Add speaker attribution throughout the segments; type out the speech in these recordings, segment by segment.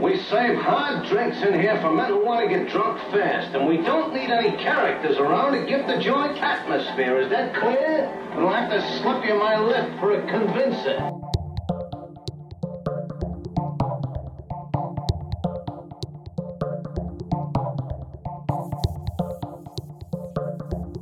Speaker 1: We save hard drinks in here for men who want to get drunk fast, and we don't need any characters around to give the joint atmosphere. Is that clear? I'll have to slip you my lip for a convincer.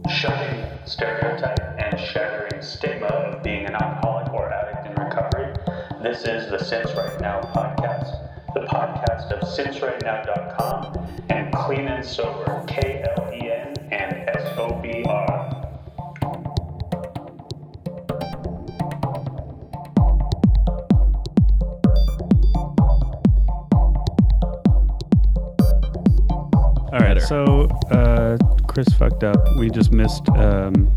Speaker 2: Shunning stereotype and shattering stigma of being an alcoholic or addict in recovery. This is the Since Right Now podcast, the podcast of sincerightnow.com and Clean and Sober, K L E N and S O B R.
Speaker 3: All right, so uh, Chris fucked up. We just missed um,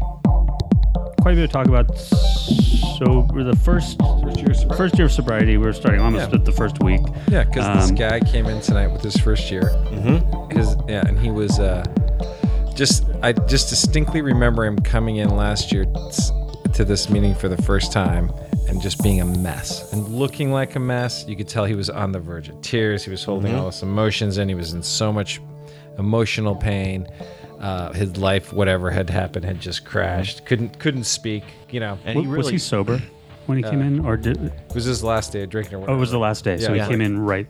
Speaker 3: quite a bit of talk about sober. The first first year of sobriety. we were starting almost
Speaker 4: Yeah.
Speaker 3: at the first week.
Speaker 4: Yeah, because this
Speaker 3: Um,
Speaker 4: guy came in tonight with his first year. Mm-hmm. His yeah, and he was uh, just I just distinctly remember him coming in last year s- to this meeting for the first time and just being a mess and looking like a mess. You could tell he was on the verge of tears. He was holding all his emotions in. He was in so much emotional pain. Uh, his life, whatever had happened, had just crashed. Couldn't couldn't speak. You know,
Speaker 5: And
Speaker 3: W-
Speaker 5: he
Speaker 3: was
Speaker 5: really
Speaker 3: he sober when he came in, or did?
Speaker 4: it was his last day of drinking. Or
Speaker 3: Oh,
Speaker 4: whatever.
Speaker 3: it was the last day, so he
Speaker 4: Yeah.
Speaker 3: came in right.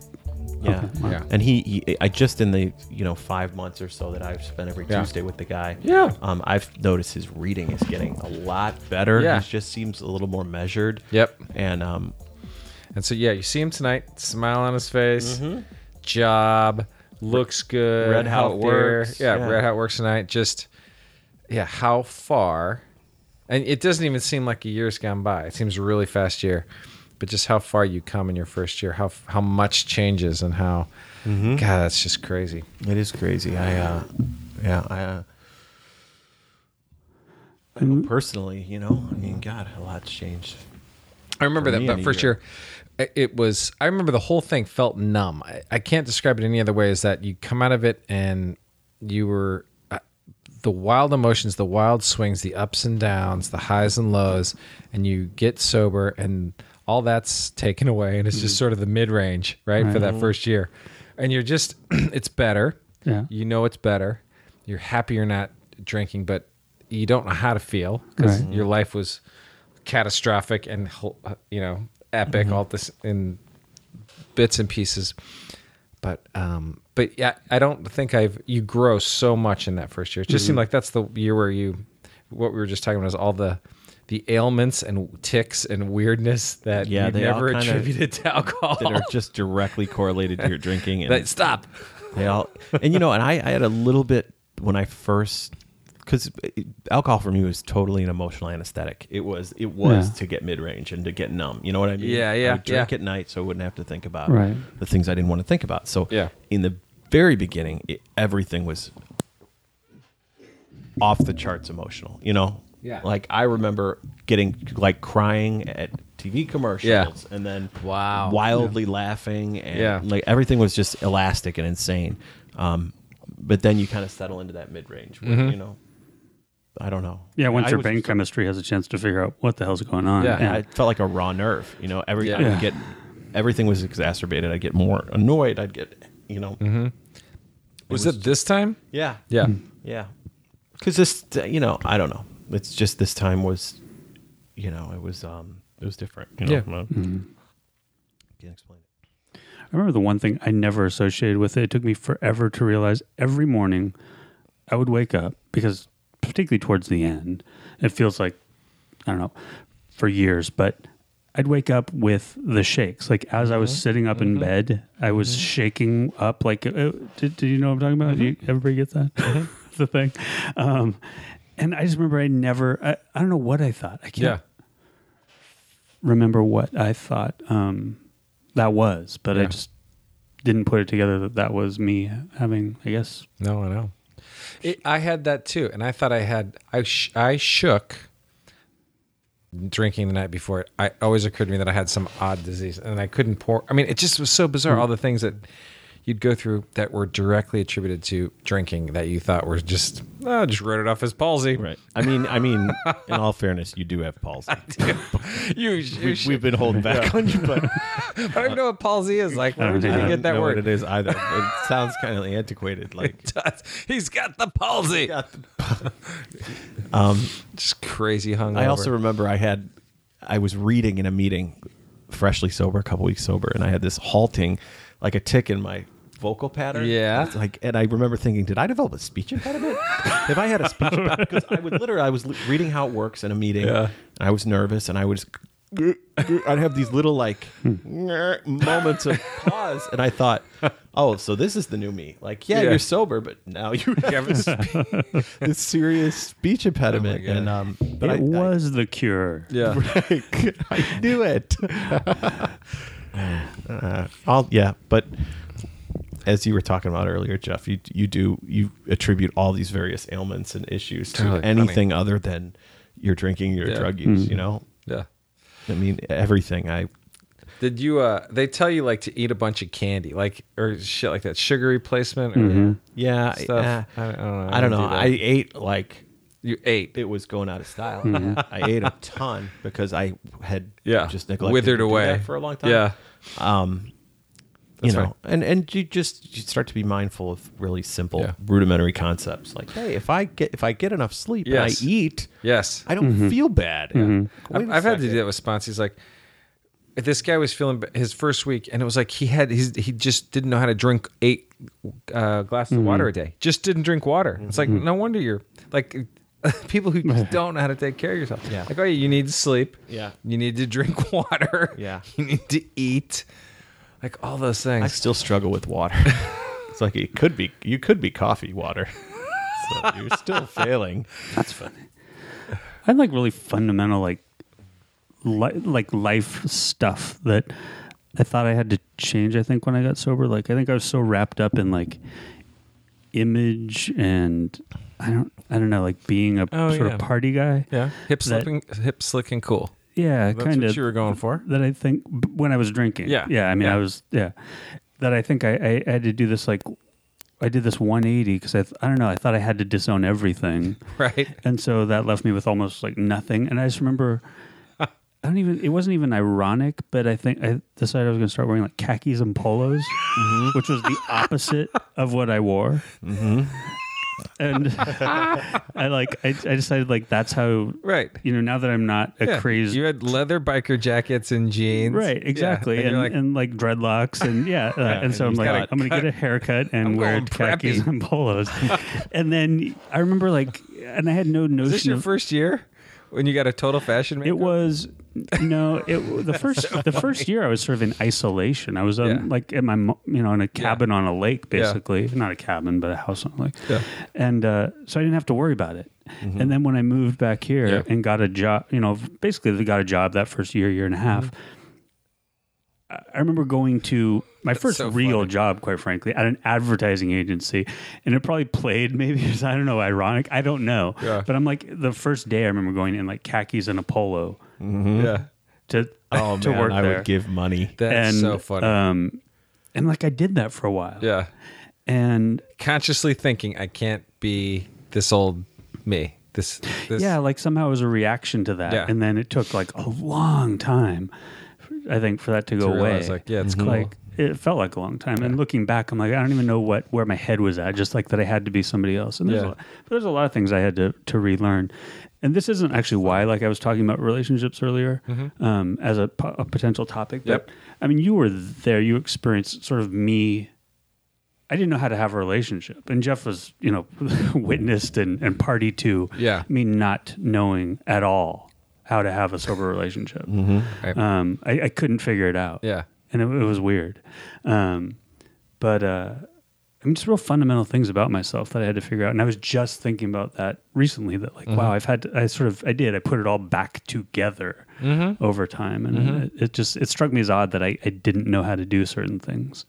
Speaker 5: yeah.
Speaker 4: Yeah.
Speaker 5: And he, he, I just in the you know five months or so that I've spent every
Speaker 4: Yeah.
Speaker 5: Tuesday with the guy.
Speaker 4: Yeah.
Speaker 5: Um, I've noticed his reading is getting a lot better.
Speaker 4: Yeah.
Speaker 5: He just seems a little more measured.
Speaker 4: Yep.
Speaker 5: And um,
Speaker 4: And so yeah, you see him tonight, smile on his face, job looks good.
Speaker 5: Mm-hmm. Read how it
Speaker 4: healthier.
Speaker 5: works,
Speaker 4: Yeah,
Speaker 5: yeah.
Speaker 4: read how it works tonight. Just yeah, how far? And it doesn't even seem like a year's gone by. It seems a really fast year, but just how far you come in your first year, how how much changes, and how
Speaker 5: Mm-hmm.
Speaker 4: God, that's just crazy.
Speaker 5: it is crazy. I, uh, yeah, I. Uh, I know personally, you know, I mean, God, a lot's changed.
Speaker 4: I remember
Speaker 5: For me
Speaker 4: that,
Speaker 5: in
Speaker 4: but
Speaker 5: a
Speaker 4: first
Speaker 5: year.
Speaker 4: year, i- it was. I remember the whole thing felt numb. I, I can't describe it any other way. Is that you come out of it and you were uh, the wild emotions, the wild swings, the ups and downs, the highs and lows, and you get sober, and all that's taken away, and it's
Speaker 5: Mm-hmm.
Speaker 4: just sort of the mid range, right, for that first year, and you're just, it's better.
Speaker 3: Yeah.
Speaker 4: You know it's better. You're happy you're not drinking, but you don't know how to feel because
Speaker 3: Right.
Speaker 4: your life was catastrophic and hol- you know epic
Speaker 5: Mm-hmm.
Speaker 4: all this in bits and pieces but um but yeah i don't think i've you grow so much in that first year it just
Speaker 5: Mm-hmm.
Speaker 4: seemed like that's the year where you what we were just talking about is all the the ailments and ticks and weirdness that
Speaker 5: Yeah,
Speaker 4: you
Speaker 5: they all
Speaker 4: never
Speaker 5: kinda-
Speaker 4: attributed to
Speaker 5: That
Speaker 4: alcohol
Speaker 5: are just directly correlated to your drinking. And
Speaker 4: That- stop
Speaker 5: They all, and you know, and I, I had a little bit when I first, because alcohol for me was totally an emotional anesthetic. It was, it was
Speaker 3: Yeah.
Speaker 5: to get mid range and to get numb. You know what I mean?
Speaker 4: Yeah, yeah,
Speaker 5: I would drink
Speaker 4: yeah.
Speaker 5: at night, so I wouldn't have to think about
Speaker 3: Right.
Speaker 5: the things I didn't want to think about. So
Speaker 4: Yeah.
Speaker 5: in the very beginning, it, everything was off the charts emotional. You know?
Speaker 4: Yeah.
Speaker 5: Like I remember getting like crying at TV commercials, and then
Speaker 4: Wow.
Speaker 5: wildly laughing and
Speaker 4: Yeah.
Speaker 5: like everything was just elastic and insane. Um, but then you kind of settle into that mid range, where
Speaker 4: Mm-hmm.
Speaker 5: you know. I don't know.
Speaker 3: Yeah, once
Speaker 5: I
Speaker 3: your
Speaker 5: was
Speaker 3: brain
Speaker 5: just-
Speaker 3: chemistry has a chance to figure out what the hell's going on.
Speaker 4: Yeah,
Speaker 5: I felt like a raw nerve. You know, every I
Speaker 4: Yeah.
Speaker 5: would get everything was exacerbated. I'd get more annoyed. I'd get you know.
Speaker 4: was it this time
Speaker 5: Yeah.
Speaker 4: Mm-hmm. yeah
Speaker 5: Yeah. Because this, you know, I don't know. It's just this time was, you know, it was um, it was different. You know?
Speaker 4: Yeah.
Speaker 5: Uh,
Speaker 3: Mm-hmm.
Speaker 5: Can't explain it.
Speaker 3: I remember the one thing I never associated with it. It took me forever to realize every morning I would wake up because, particularly towards the end, it feels like, I don't know, for years, but I'd wake up with the shakes. Like as I was sitting up in bed, I was shaking up. Like, uh, did, did you know what I'm talking about? Do you, everybody get that? the thing. Um, and I just remember I never, I, I don't know what I thought. I can't
Speaker 4: yeah
Speaker 3: remember what I thought um, that was, but I
Speaker 4: Yeah.
Speaker 3: just didn't put it together that that was me having, I guess.
Speaker 4: No, I know. It, I had that too, and I thought I had. I sh- I shook drinking the night before. It
Speaker 5: Hmm.
Speaker 4: I always occurred to me that I had some odd disease, and I couldn't pour. I mean, it just was so bizarre. All the things that you'd go through that were directly attributed to drinking that you thought were just, oh, just wrote it off as palsy.
Speaker 5: Right. I mean, I mean, in all fairness, you do have palsy.
Speaker 4: you, you
Speaker 5: We've,
Speaker 4: should-
Speaker 5: we've been holding back on you, but I
Speaker 4: I don't even know what palsy is. Like, where did you
Speaker 5: don't
Speaker 4: get that
Speaker 5: Uh-huh. know what
Speaker 4: word?
Speaker 5: it is either. It sounds kind of antiquated. Like,
Speaker 4: He's got the palsy.
Speaker 5: um,
Speaker 4: Just crazy hungover.
Speaker 5: I also remember I had I was reading in a meeting, freshly sober, a couple weeks sober, and I had this halting, like a tick in my vocal pattern.
Speaker 4: Yeah.
Speaker 5: It's like, and I remember thinking, did I develop a speech impediment? if I had a speech impediment, because I would literally, I was li- reading how it works in a meeting, and I was nervous, and I was. I'd have these little like
Speaker 4: Hmm.
Speaker 5: moments of pause, and I thought, "Oh, so this is the new me." Like, yeah,
Speaker 4: Yeah.
Speaker 5: you're sober, but now you have
Speaker 4: Kevin Spe-
Speaker 5: this serious speech impediment,
Speaker 4: Oh God.
Speaker 5: and um, but
Speaker 3: it
Speaker 5: I- I-
Speaker 3: was the cure.
Speaker 4: yeah.
Speaker 5: I knew it. uh, I'll, yeah, but as you were talking about earlier, Jeff, you you do you attribute all these various ailments and issues to
Speaker 4: Totally.
Speaker 5: anything other than your drinking, your
Speaker 4: Yeah. Hmm.
Speaker 5: drug use. You know,
Speaker 4: Yeah.
Speaker 5: I mean everything. I
Speaker 4: Did you? uh They tell you like to eat a bunch of candy, like or shit like that, sugar replacement or
Speaker 5: Mm-hmm. yeah,
Speaker 4: stuff.
Speaker 5: I,
Speaker 4: I, I don't know.
Speaker 5: don't
Speaker 4: do
Speaker 5: know.
Speaker 4: that.
Speaker 5: I ate like
Speaker 4: you ate.
Speaker 5: it was going out of style. I ate a ton because I had
Speaker 4: Hmm. Yeah.
Speaker 5: just neglected
Speaker 4: withered
Speaker 5: to do
Speaker 4: away
Speaker 5: that for a long time.
Speaker 4: Yeah.
Speaker 5: you
Speaker 4: That's
Speaker 5: know,
Speaker 4: right.
Speaker 5: and and you just you start to be mindful of really simple,
Speaker 4: Yeah.
Speaker 5: rudimentary concepts like, hey, if I get if I get enough sleep
Speaker 4: Yes.
Speaker 5: and I eat,
Speaker 4: Yes.
Speaker 5: I don't feel bad. Wait
Speaker 4: I've,
Speaker 5: a
Speaker 4: I've had to do
Speaker 5: second.
Speaker 4: that with sponsors. He's like, this guy was feeling b- his first week, and it was like he had his, he just didn't know how to drink eight uh, glasses
Speaker 3: Mm-hmm.
Speaker 4: of water a day. Just didn't drink water. It's like no wonder you're like people who just don't know how to take care of yourself.
Speaker 5: Yeah.
Speaker 4: Like oh, yeah, you need to sleep.
Speaker 5: Yeah.
Speaker 4: You need to drink water.
Speaker 5: Yeah.
Speaker 4: You need to eat. Like all those
Speaker 5: I
Speaker 4: things.
Speaker 5: still struggle with water. it's like it could be you could be coffee water. so you're still failing.
Speaker 3: That's funny. I like really fundamental like li- like life stuff that I thought I had to change I think when I got sober like I think I was so wrapped up in like image and I don't I don't know like being a
Speaker 4: Oh,
Speaker 3: sort
Speaker 4: yeah.
Speaker 3: of party guy.
Speaker 4: yeah. Hip
Speaker 3: That-
Speaker 4: slipping, hip slick and cool.
Speaker 3: Yeah,
Speaker 4: That's
Speaker 3: kind
Speaker 4: what you were
Speaker 3: of
Speaker 4: going for.
Speaker 3: that I think b- when I was drinking.
Speaker 4: Yeah.
Speaker 3: Yeah, I mean
Speaker 4: Yeah.
Speaker 3: I was yeah. That I think I, I, I had to do this like I did this 180 because I, th- I don't know I thought I had to disown everything
Speaker 4: Right.
Speaker 3: and so that left me with almost like nothing. And I just remember, I don't even. It wasn't even ironic, but I think I decided I was going to start wearing like khakis and polos,
Speaker 4: Mm-hmm.
Speaker 3: which was the opposite of what I wore. And I like, I, I decided like that's how.
Speaker 4: Right.
Speaker 3: You know, now that I'm not a
Speaker 4: Yeah.
Speaker 3: crazy.
Speaker 4: You had leather biker jackets and jeans.
Speaker 3: Right,
Speaker 4: Yeah.
Speaker 3: exactly,
Speaker 4: And,
Speaker 3: and
Speaker 4: you're
Speaker 3: like,
Speaker 4: like,
Speaker 3: and like dreadlocks, and yeah, uh, and so I'm
Speaker 5: he's
Speaker 3: like,
Speaker 5: got a
Speaker 3: I'm gonna get a haircut and
Speaker 4: I'm
Speaker 3: wear
Speaker 4: going
Speaker 3: khakis
Speaker 4: preppy.
Speaker 3: and polos, and then I remember like, and I had no notion.
Speaker 4: Is this
Speaker 5: Mm-hmm.
Speaker 4: your
Speaker 3: of,
Speaker 4: first year when you got a total fashion
Speaker 3: It
Speaker 4: makeover?
Speaker 3: was no, it the first the first year I was sort of in isolation. I was um,
Speaker 4: Yeah.
Speaker 3: like at my mo- you know in a cabin on a lake basically, not a cabin but a house on a lake,
Speaker 4: Yeah.
Speaker 3: and uh, so I didn't have to worry about it. And then when I moved back here
Speaker 4: Yeah.
Speaker 3: and got a job, you know, basically they got a job that first year, year and a half. I I remember going to my first
Speaker 4: so
Speaker 3: real
Speaker 4: funny.
Speaker 3: job, quite frankly, at an advertising agency, and it probably played maybe it's, I don't know, ironic. I don't know,
Speaker 4: Yeah.
Speaker 3: but I'm like the first day I remember going in like khakis and a polo
Speaker 4: Yeah.
Speaker 3: to
Speaker 5: Oh
Speaker 3: to
Speaker 5: man,
Speaker 3: work
Speaker 5: I
Speaker 3: there.
Speaker 5: would give money.
Speaker 4: That's
Speaker 3: and,
Speaker 4: so funny.
Speaker 5: uh,
Speaker 3: Um, and like I did that for a while.
Speaker 4: yeah.
Speaker 3: And
Speaker 4: Consciously thinking, I can't be this old me. This, this
Speaker 3: yeah, like somehow it was a reaction to that.
Speaker 4: Yeah.
Speaker 3: And then it took like a long time, I think, for that to go away.
Speaker 4: realize, like, yeah, it's cool.
Speaker 3: Like it felt like a long time. And looking back, I'm like, I don't even know what where my head was at. Just like that, I had to be somebody else. And there's
Speaker 4: Yeah.
Speaker 3: a lot, but there's a lot of things I had to to relearn. And this isn't actually why, like I was talking about relationships earlier, um, as a, po- a potential topic. But
Speaker 4: Mm-hmm. Yep.
Speaker 3: I mean, you were there. You experienced sort of me I didn't know how to have a relationship. And Jeff was, you know, witnessed and, and party to
Speaker 4: Yeah.
Speaker 3: me not knowing at all how to have a sober relationship.
Speaker 4: Mm-hmm. Right.
Speaker 3: Um, I, I couldn't figure it out.
Speaker 4: Yeah.
Speaker 3: And it, it was weird. Um, but uh, I mean, just real fundamental things about myself that I had to figure out. And I was just thinking about that recently that, like,
Speaker 4: Mm-hmm.
Speaker 3: wow, I've had, to, I sort of, I did, I put it all back together
Speaker 4: Mm-hmm.
Speaker 3: over time. And it, it just, it struck me as odd that I, I didn't know how to do certain things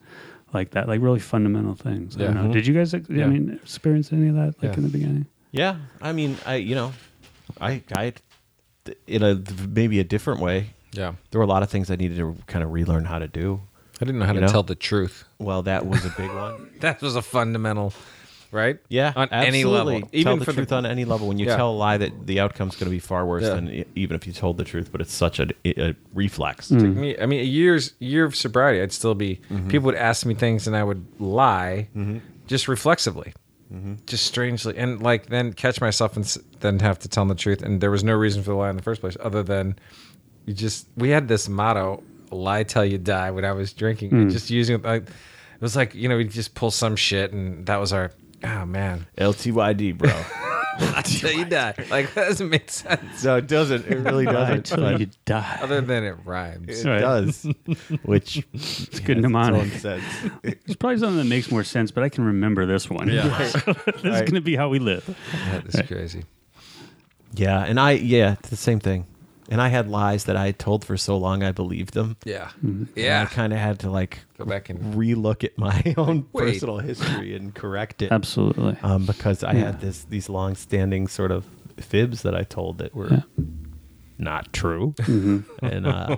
Speaker 3: like that, like really fundamental things. I don't
Speaker 4: Yeah.
Speaker 3: know. Did you guys, ex-
Speaker 4: Yeah.
Speaker 3: I mean, experience any of that, like
Speaker 4: Yeah.
Speaker 3: in the beginning?
Speaker 5: Yeah, I mean, I you know, I I in a maybe a different way.
Speaker 4: Yeah.
Speaker 5: there were a lot of things I needed to kind of relearn how to do.
Speaker 4: I didn't know how to
Speaker 5: know?
Speaker 4: tell the truth.
Speaker 5: Well, that was a big one.
Speaker 4: That was a fundamental, right?
Speaker 5: Yeah,
Speaker 4: on any
Speaker 5: absolutely.
Speaker 4: level,
Speaker 5: tell
Speaker 4: even
Speaker 5: the
Speaker 4: for
Speaker 5: truth
Speaker 4: the
Speaker 5: on any level. When you
Speaker 4: Yeah.
Speaker 5: tell a lie, that the outcome's going to be far worse
Speaker 4: Yeah.
Speaker 5: than e- even if you told the truth. But it's such a, a reflex.
Speaker 3: Mm.
Speaker 4: me, I mean, a year's year of sobriety, I'd still be. People would ask me things, and I would lie, just reflexively, just strangely, and like then catch myself and s- then have to tell them the truth. And there was no reason for the lie in the first place, other than you just. We had this motto: "Lie till you die." When I was drinking, and just using it like it was like you know we would just pull some shit, and that was our. Oh man,
Speaker 5: LTYD, bro.
Speaker 4: lie till you die. Like that doesn't make sense.
Speaker 5: no, it doesn't. It really
Speaker 3: Right
Speaker 5: doesn't.
Speaker 3: till you die.
Speaker 4: Other than it rhymes.
Speaker 5: It
Speaker 3: Right.
Speaker 5: does, which it's
Speaker 3: good mnemonic.
Speaker 5: sense.
Speaker 3: It's probably something that makes more sense, but I can remember this one. Yeah. this is going to be how we live.
Speaker 4: That is crazy.
Speaker 5: Yeah, and I yeah, it's the same thing. And I had lies that I had told for so long I believed them.
Speaker 4: Yeah.
Speaker 5: And
Speaker 4: Yeah.
Speaker 5: I kind of had to like
Speaker 4: Go back and
Speaker 5: relook at my own
Speaker 4: Wait.
Speaker 5: personal history and correct it.
Speaker 3: Absolutely.
Speaker 5: Um, because I had
Speaker 3: Yeah.
Speaker 5: this these long standing sort of fibs that I told that were
Speaker 3: Yeah.
Speaker 5: not true. and uh,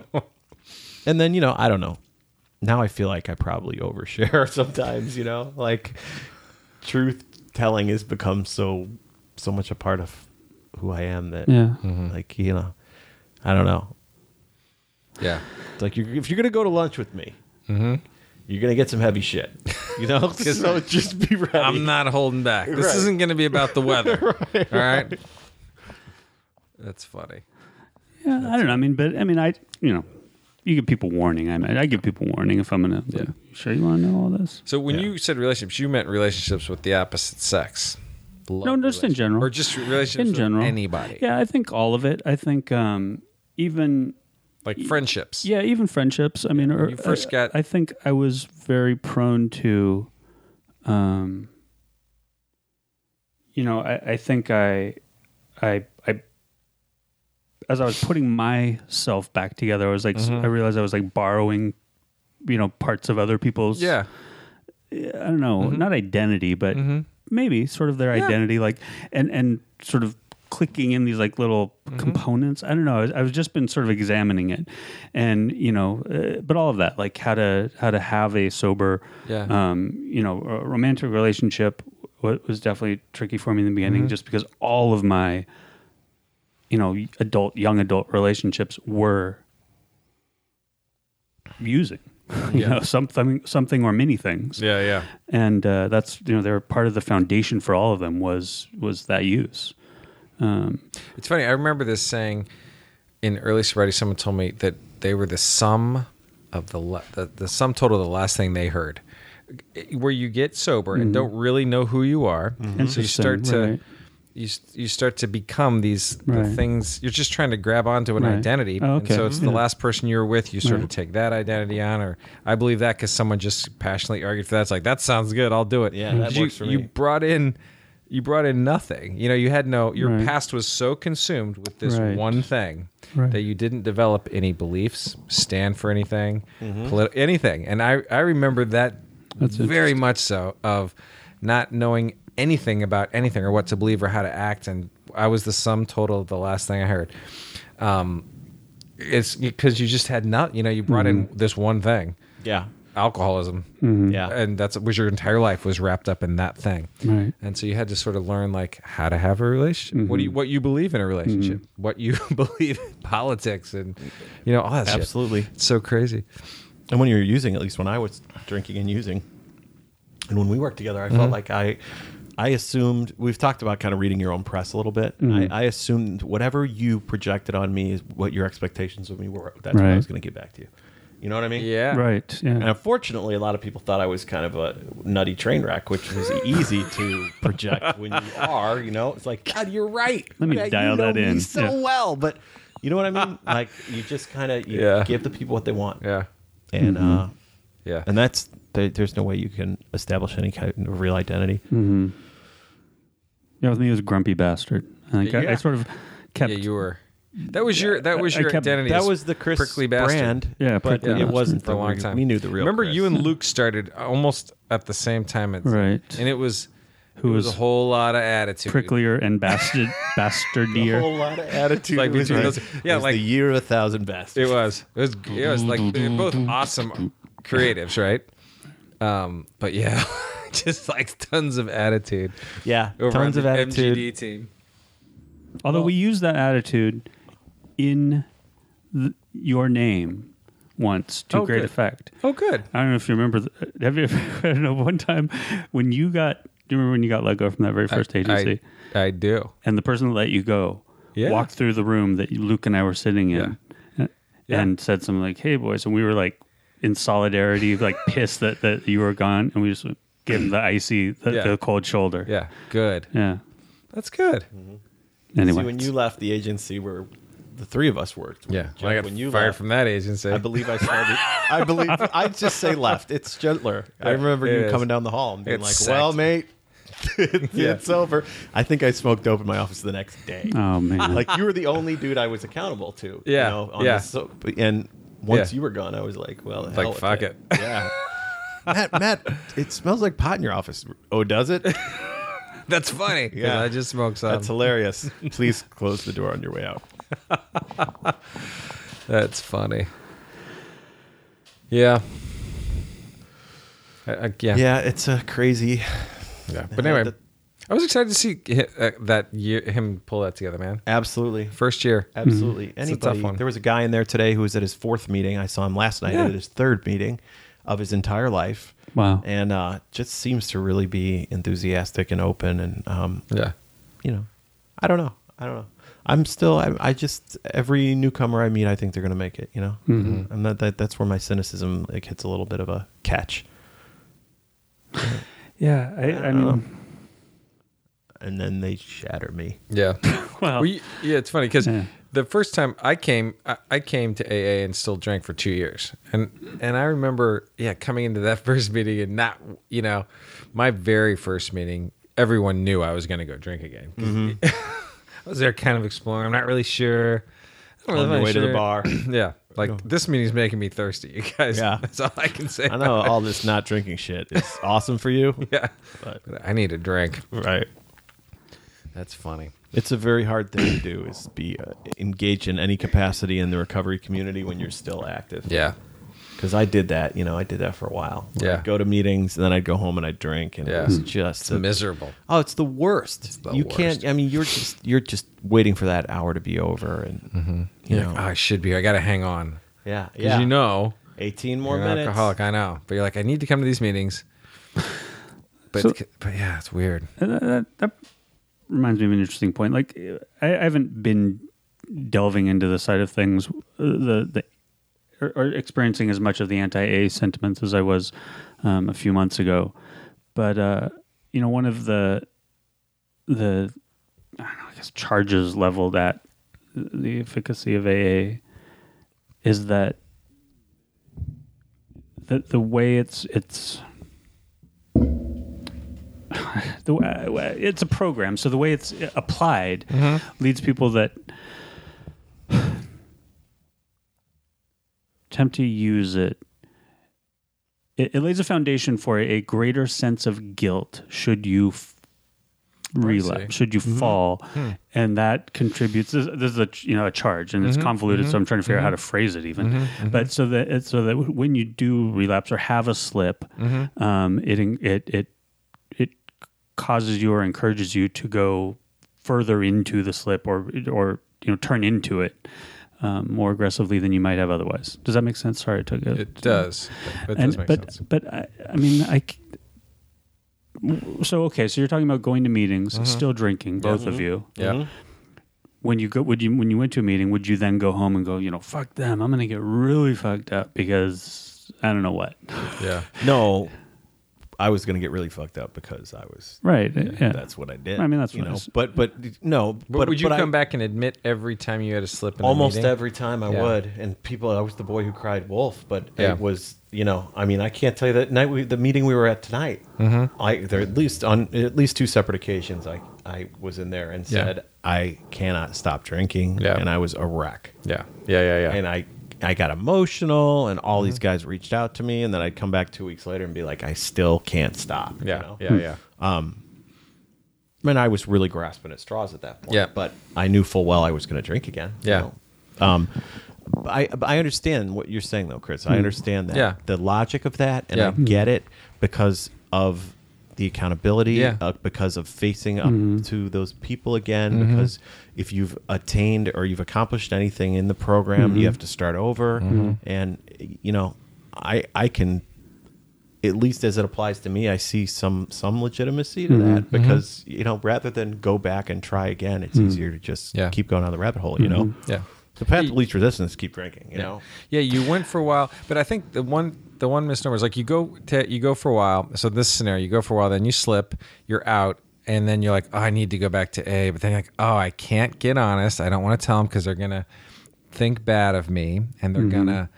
Speaker 5: and then, you know, I don't know. Now I feel like I probably overshare sometimes, you know? Like truth telling has become so so much a part of who I am that
Speaker 3: Yeah.
Speaker 5: like, you know, I don't know.
Speaker 4: Yeah.
Speaker 5: It's like you're, if you're gonna go to lunch with me, you're gonna get some heavy shit. You know, Mm-hmm. so just be ready.
Speaker 4: I'm not holding back. This
Speaker 5: Right.
Speaker 4: isn't going to be about the weather. All right. That's funny.
Speaker 3: Yeah, I don't know. I mean, but I mean, I you know, you give people warning. I mean, I give people warning if I'm gonna. Like, you sure you want to know all this?
Speaker 4: So when you said relationships, you meant relationships with the opposite sex. Love
Speaker 3: No, just in
Speaker 4: relationships.
Speaker 3: general.
Speaker 4: Or just relationships
Speaker 3: in general,
Speaker 4: with anybody.
Speaker 3: Yeah, I think all of it. I think um, even
Speaker 4: Like friendships.
Speaker 3: yeah, even friendships. I mean, or,
Speaker 4: you first
Speaker 3: I-
Speaker 4: got-
Speaker 3: I think I was very prone to, um, you know, I, I think I, I, I, as I was putting myself back together, I was like, I realized I was like borrowing, you know, parts of other people's
Speaker 4: Yeah.
Speaker 3: I don't know, not identity, but maybe sort of their identity, like and and sort of clicking in these like little components. I don't know. I was, I was just been sort of examining it, and you know, uh, but all of that, like how to how to have a sober,
Speaker 4: Yeah.
Speaker 3: um, you know, a romantic relationship wa- was definitely tricky for me in the beginning, just because all of my, you know, adult young adult relationships were using. You know, something, something, or many things
Speaker 4: Yeah. Yeah.
Speaker 3: and uh, that's you know they were part of the foundation for all of them was was that use.
Speaker 4: It's funny. I remember this saying in early sobriety. Someone told me that they were the sum of the la- the, the sum total of the last thing they heard. Where you get sober and don't really know who you are, and so you
Speaker 3: Mm-hmm. Interesting,
Speaker 4: start to
Speaker 3: right.
Speaker 4: you s- you start to become these the
Speaker 3: Right.
Speaker 4: things. You're just trying to grab onto an
Speaker 3: Right.
Speaker 4: identity,
Speaker 3: Oh,
Speaker 4: and
Speaker 3: okay.
Speaker 4: so it's the
Speaker 3: Yeah.
Speaker 4: last person you're with. You sort of take that identity on, or I believe that because someone just passionately argued for that. It's like that sounds good. I'll do it.
Speaker 5: Yeah, that
Speaker 4: 'Cause
Speaker 5: works
Speaker 4: you,
Speaker 5: for
Speaker 4: You
Speaker 5: me.
Speaker 4: brought in you brought in nothing. You know, you had no your
Speaker 3: Right.
Speaker 4: past was so consumed with this
Speaker 3: Right.
Speaker 4: one thing
Speaker 3: Right.
Speaker 4: that you didn't develop any beliefs, stand for anything, politi- anything. And I I remember that very much so of not knowing anything about anything or what to believe or how to act and I was the sum total of the last thing I heard. Um it's because you just had not, you know, you brought
Speaker 3: Mm-hmm.
Speaker 4: in this one thing,
Speaker 5: yeah,
Speaker 4: alcoholism
Speaker 5: yeah.
Speaker 4: and that's was your entire life was wrapped up in that thing
Speaker 3: Right.
Speaker 4: and so you had to sort of learn like how to have a relationship what
Speaker 5: Mm-hmm.
Speaker 4: do you what you believe in a relationship what you believe in politics and you know all that shit.
Speaker 5: Absolutely.
Speaker 4: it's so crazy
Speaker 5: and when you're using, at least when I was drinking and using, and when we worked together, I felt like I, I assumed we've talked about kind of reading your own press a little bit. and I, I assumed whatever you projected on me is what your expectations of me were. That's what I
Speaker 3: Right.
Speaker 5: was going to get back to you. You know what I mean?
Speaker 4: yeah
Speaker 3: Right.
Speaker 5: And
Speaker 3: Yeah.
Speaker 5: unfortunately, a lot of people thought I was kind of a nutty train wreck, which was easy to project when you are. You know, it's like God, you're right.
Speaker 3: Let me
Speaker 5: Yeah, you
Speaker 3: dial
Speaker 5: know
Speaker 3: that
Speaker 5: me
Speaker 3: in.
Speaker 5: so
Speaker 3: Yeah.
Speaker 5: well, but you know what I mean. Like you just kind of
Speaker 4: Yeah.
Speaker 5: give the people what they want,
Speaker 4: yeah
Speaker 5: and uh,
Speaker 4: yeah
Speaker 5: and that's there, there's no way you can establish any kind of real identity.
Speaker 4: Hmm.
Speaker 3: Yeah, with me it was a grumpy bastard. I, think I,
Speaker 4: Yeah.
Speaker 3: I sort of kept
Speaker 4: yeah you were that was your that was
Speaker 3: I- I
Speaker 4: your
Speaker 3: kept-
Speaker 4: identity
Speaker 5: That
Speaker 4: as
Speaker 5: was the Chris
Speaker 4: prickly bastard.
Speaker 5: brand,
Speaker 3: Yeah,
Speaker 5: but
Speaker 3: Prickly
Speaker 5: it
Speaker 3: Bastard.
Speaker 5: wasn't
Speaker 4: for a long
Speaker 5: we-
Speaker 4: time
Speaker 5: We knew the real.
Speaker 4: remember
Speaker 5: Chris.
Speaker 4: you and luke started almost at the same time at
Speaker 3: Right.
Speaker 4: and it was
Speaker 3: Who
Speaker 4: it was,
Speaker 3: was
Speaker 4: a whole lot of attitude
Speaker 3: pricklier and bastard
Speaker 5: a
Speaker 3: bastardier.
Speaker 5: whole lot of attitude.
Speaker 4: Like
Speaker 5: It was
Speaker 4: between
Speaker 5: like-
Speaker 4: those- yeah,
Speaker 5: it was
Speaker 4: like-
Speaker 5: the year of a thousand bastards.
Speaker 4: It was. It was. It was like they're both awesome creatives, right? Um, but yeah, just like tons of attitude.
Speaker 5: Yeah,
Speaker 4: Over
Speaker 5: tons
Speaker 4: on
Speaker 5: of
Speaker 4: the
Speaker 5: attitude.
Speaker 4: MGD team.
Speaker 3: Although we use that attitude in th- your name once to
Speaker 4: Oh,
Speaker 3: great
Speaker 4: good.
Speaker 3: effect.
Speaker 4: Oh, good.
Speaker 3: I don't know if you remember. th- Have you? I don't know. One time when you got, do you remember when you got let go from that very first agency,
Speaker 4: I, I do.
Speaker 3: and the person that let you go
Speaker 4: Yeah.
Speaker 3: walked through the room that Luke and I were sitting in, and,
Speaker 4: Yeah.
Speaker 3: and said something like, "Hey, boys," and we were like in solidarity, like pissed that that you were gone, and we just gave him the icy, the,
Speaker 4: Yeah.
Speaker 3: the cold shoulder.
Speaker 4: Yeah, good.
Speaker 3: Yeah.
Speaker 4: That's good.
Speaker 5: Mm-hmm.
Speaker 3: Anyway,
Speaker 5: See, when you left the agency where the three of us worked,
Speaker 4: Yeah,
Speaker 5: Jeff,
Speaker 4: when I got
Speaker 5: when you
Speaker 4: fired
Speaker 5: left,
Speaker 4: from that agency.
Speaker 5: I believe I started. I believe I just say left. It's gentler. I remember
Speaker 4: it
Speaker 5: you
Speaker 4: is.
Speaker 5: coming down the hall and being
Speaker 4: It
Speaker 5: like,
Speaker 4: sucked.
Speaker 5: "Well, mate,
Speaker 4: Yeah.
Speaker 5: it's over." I think I smoked dope in my office the next day.
Speaker 3: oh man,
Speaker 5: like you were the only dude I was accountable to.
Speaker 4: Yeah,
Speaker 5: You know, on
Speaker 4: yeah.
Speaker 5: The soap. And once
Speaker 4: Yeah.
Speaker 5: you were gone, I was like, well, the
Speaker 4: Like,
Speaker 5: hell with
Speaker 4: fuck it.
Speaker 5: Yeah. Matt, Matt, it smells like pot in your office. Oh, does it?
Speaker 4: That's funny. 'cause
Speaker 5: Yeah.
Speaker 4: I just smoked some.
Speaker 5: That's
Speaker 4: That's,
Speaker 5: hilarious. Please close the door on your way out.
Speaker 4: funny. Yeah. I, I, yeah.
Speaker 5: Yeah, it's a crazy.
Speaker 4: Yeah. But anyway,
Speaker 5: that-
Speaker 4: I was excited to see hi- uh, that year, him pull that together, man.
Speaker 5: Absolutely.
Speaker 4: First year.
Speaker 5: Absolutely.
Speaker 4: a
Speaker 5: Anybody.
Speaker 4: tough one.
Speaker 5: There was a guy in there today who was at his fourth meeting. I saw him last night
Speaker 4: Yeah.
Speaker 5: at his third meeting of his entire life.
Speaker 3: Wow.
Speaker 5: And uh, just seems to really be enthusiastic and open. And um,
Speaker 4: Yeah.
Speaker 5: you know, I don't know. I don't know. I'm still. I, I just every newcomer I meet, I think they're gonna make it. You know, mm-hmm. and that, that that's where my cynicism like hits a little bit of a catch.
Speaker 3: yeah. I, I mean,
Speaker 5: And then they shatter me.
Speaker 4: Yeah.
Speaker 3: Well-
Speaker 4: you- yeah, it's funny because
Speaker 3: Yeah.
Speaker 4: the first time I came, I, I came to AA and still drank for two years, and and I remember, yeah, coming into that first meeting and not, you know, my very first meeting, everyone knew I was going to go drink again. 'Cause
Speaker 5: Mm-hmm.
Speaker 4: I was there, kind of exploring. I'm not really sure. I'm not
Speaker 5: On your
Speaker 4: really
Speaker 5: way to the bar.
Speaker 4: yeah, like this meeting's making me thirsty, you guys.
Speaker 5: Yeah.
Speaker 4: that's all I can say.
Speaker 5: I know all this not drinking shit is awesome for you,
Speaker 4: Yeah,
Speaker 5: but
Speaker 4: I need a drink.
Speaker 5: right,
Speaker 4: That's funny.
Speaker 5: it's a very hard thing to do is be uh, engaged in any capacity in the recovery community when you're still active.
Speaker 4: Yeah,
Speaker 5: because I did that. You know, I did that for a while.
Speaker 4: Yeah.
Speaker 5: I'd go to meetings and then I'd go home and I'd drink, and
Speaker 4: Yeah.
Speaker 5: it was just a
Speaker 4: miserable.
Speaker 5: Oh, it's the worst.
Speaker 4: the
Speaker 5: you
Speaker 4: worst.
Speaker 5: can't. I mean, you're just you're just waiting for that hour to be over, and you
Speaker 4: You're
Speaker 5: know,
Speaker 4: like, oh, I should be. here. I got to hang on.
Speaker 5: yeah, Mm-hmm. yeah.
Speaker 4: Because you know,
Speaker 5: eighteen more
Speaker 4: you're an
Speaker 5: minutes.
Speaker 4: alcoholic. I know, but you're like, I need to come to these meetings. But,
Speaker 3: So-
Speaker 4: it's, but yeah, it's weird.
Speaker 3: that, that, that reminds me of an interesting point. Like, I, I haven't been delving into the side of things, uh, the the or, or experiencing as much of the anti A sentiments as I was um, a few months ago. But uh, you know, one of the the I, don't know, I guess charges leveled at the efficacy of AA is that the the way it's it's the way, it's a program, so the way it's applied leads people that attempt to use it. It, it lays a foundation for a, greater sense of guilt should you f- relapse, should you fall, and that contributes. This, this is a ch- you know a charge, and it's convoluted, so I'm trying to figure out how to phrase it even. But so that it's so that when you do relapse or have a slip, um, it en- it it it causes you or encourages you to go further into the slip or or you know turn into it um, more aggressively than you might have otherwise. Does that make sense? Sorry, it took a,
Speaker 4: It does. But it does
Speaker 3: and,
Speaker 4: make
Speaker 3: but
Speaker 4: sense.
Speaker 3: but I, I mean I. c- So okay, so you're talking about going to meetings, still drinking, both of you.
Speaker 4: Mm-hmm. Yeah.
Speaker 3: When you go, would you when you went to a meeting, would you then go home and go, you know, fuck them, I'm gonna get really fucked up because I don't know what.
Speaker 4: Yeah.
Speaker 5: No, I was gonna get really fucked up because I was.
Speaker 3: Right? Yeah.
Speaker 5: That's what I did.
Speaker 3: I mean, that's
Speaker 5: you
Speaker 3: what I
Speaker 5: know.
Speaker 3: s-
Speaker 5: But but no.
Speaker 4: But,
Speaker 5: But,
Speaker 4: would you
Speaker 5: but I-
Speaker 4: come back and admit every time you had a slip in
Speaker 5: almost
Speaker 4: a meeting?
Speaker 5: every time I
Speaker 4: Yeah.
Speaker 5: would, and people. I was the boy who cried wolf, but
Speaker 4: Yeah.
Speaker 5: it was you know. I mean, I can't tell you that night. We, the meeting we were at tonight,
Speaker 4: Mm-hmm.
Speaker 5: I there at least on at least two separate occasions, I I was in there and
Speaker 4: Yeah.
Speaker 5: said I cannot stop drinking,
Speaker 4: Yeah.
Speaker 5: and I was a wreck,
Speaker 4: Yeah. Yeah. Yeah. Mm-hmm. Yeah.
Speaker 5: and I. I got emotional, and all these guys reached out to me, and then I'd come back two weeks later and be like, "I still can't stop." you
Speaker 4: yeah.
Speaker 5: know? Hmm.
Speaker 4: Yeah. Yeah.
Speaker 5: I mean, I was really grasping at straws at that point.
Speaker 4: Yeah.
Speaker 5: But I knew full well I was going to drink again. you
Speaker 4: Yeah.
Speaker 5: know. Um, I I understand what you're saying though, Chris. I understand that.
Speaker 4: Hmm. Yeah.
Speaker 5: The logic of that, and I
Speaker 4: Yeah.
Speaker 5: get it because of the accountability.
Speaker 4: Yeah.
Speaker 5: Uh, because of facing up to those people again.
Speaker 4: Mm-hmm.
Speaker 5: Because if you've attained or you've accomplished anything in the program, you have to start over.
Speaker 4: Mm-hmm.
Speaker 5: And you know, I I can at least as it applies to me, I see some some legitimacy to
Speaker 4: Mm-hmm.
Speaker 5: that because you know rather than go back and try again, it's easier to just
Speaker 4: Mm. Yeah. Mm-hmm.
Speaker 5: keep going down the rabbit hole. You know,
Speaker 4: Yeah.
Speaker 5: the path of least resistance, keep drinking. You
Speaker 4: Yeah.
Speaker 5: know,
Speaker 4: Yeah, you went for a while, but I think the one the one misnomer is like you go to you go for a while. So this scenario, you go for a while, then you slip, you're out, and then you're like, oh, I need to go back to A, but then you're like, oh, I can't get honest. I don't want to tell them because they're gonna think bad of me, and
Speaker 3: Mm-hmm.
Speaker 4: they're gonna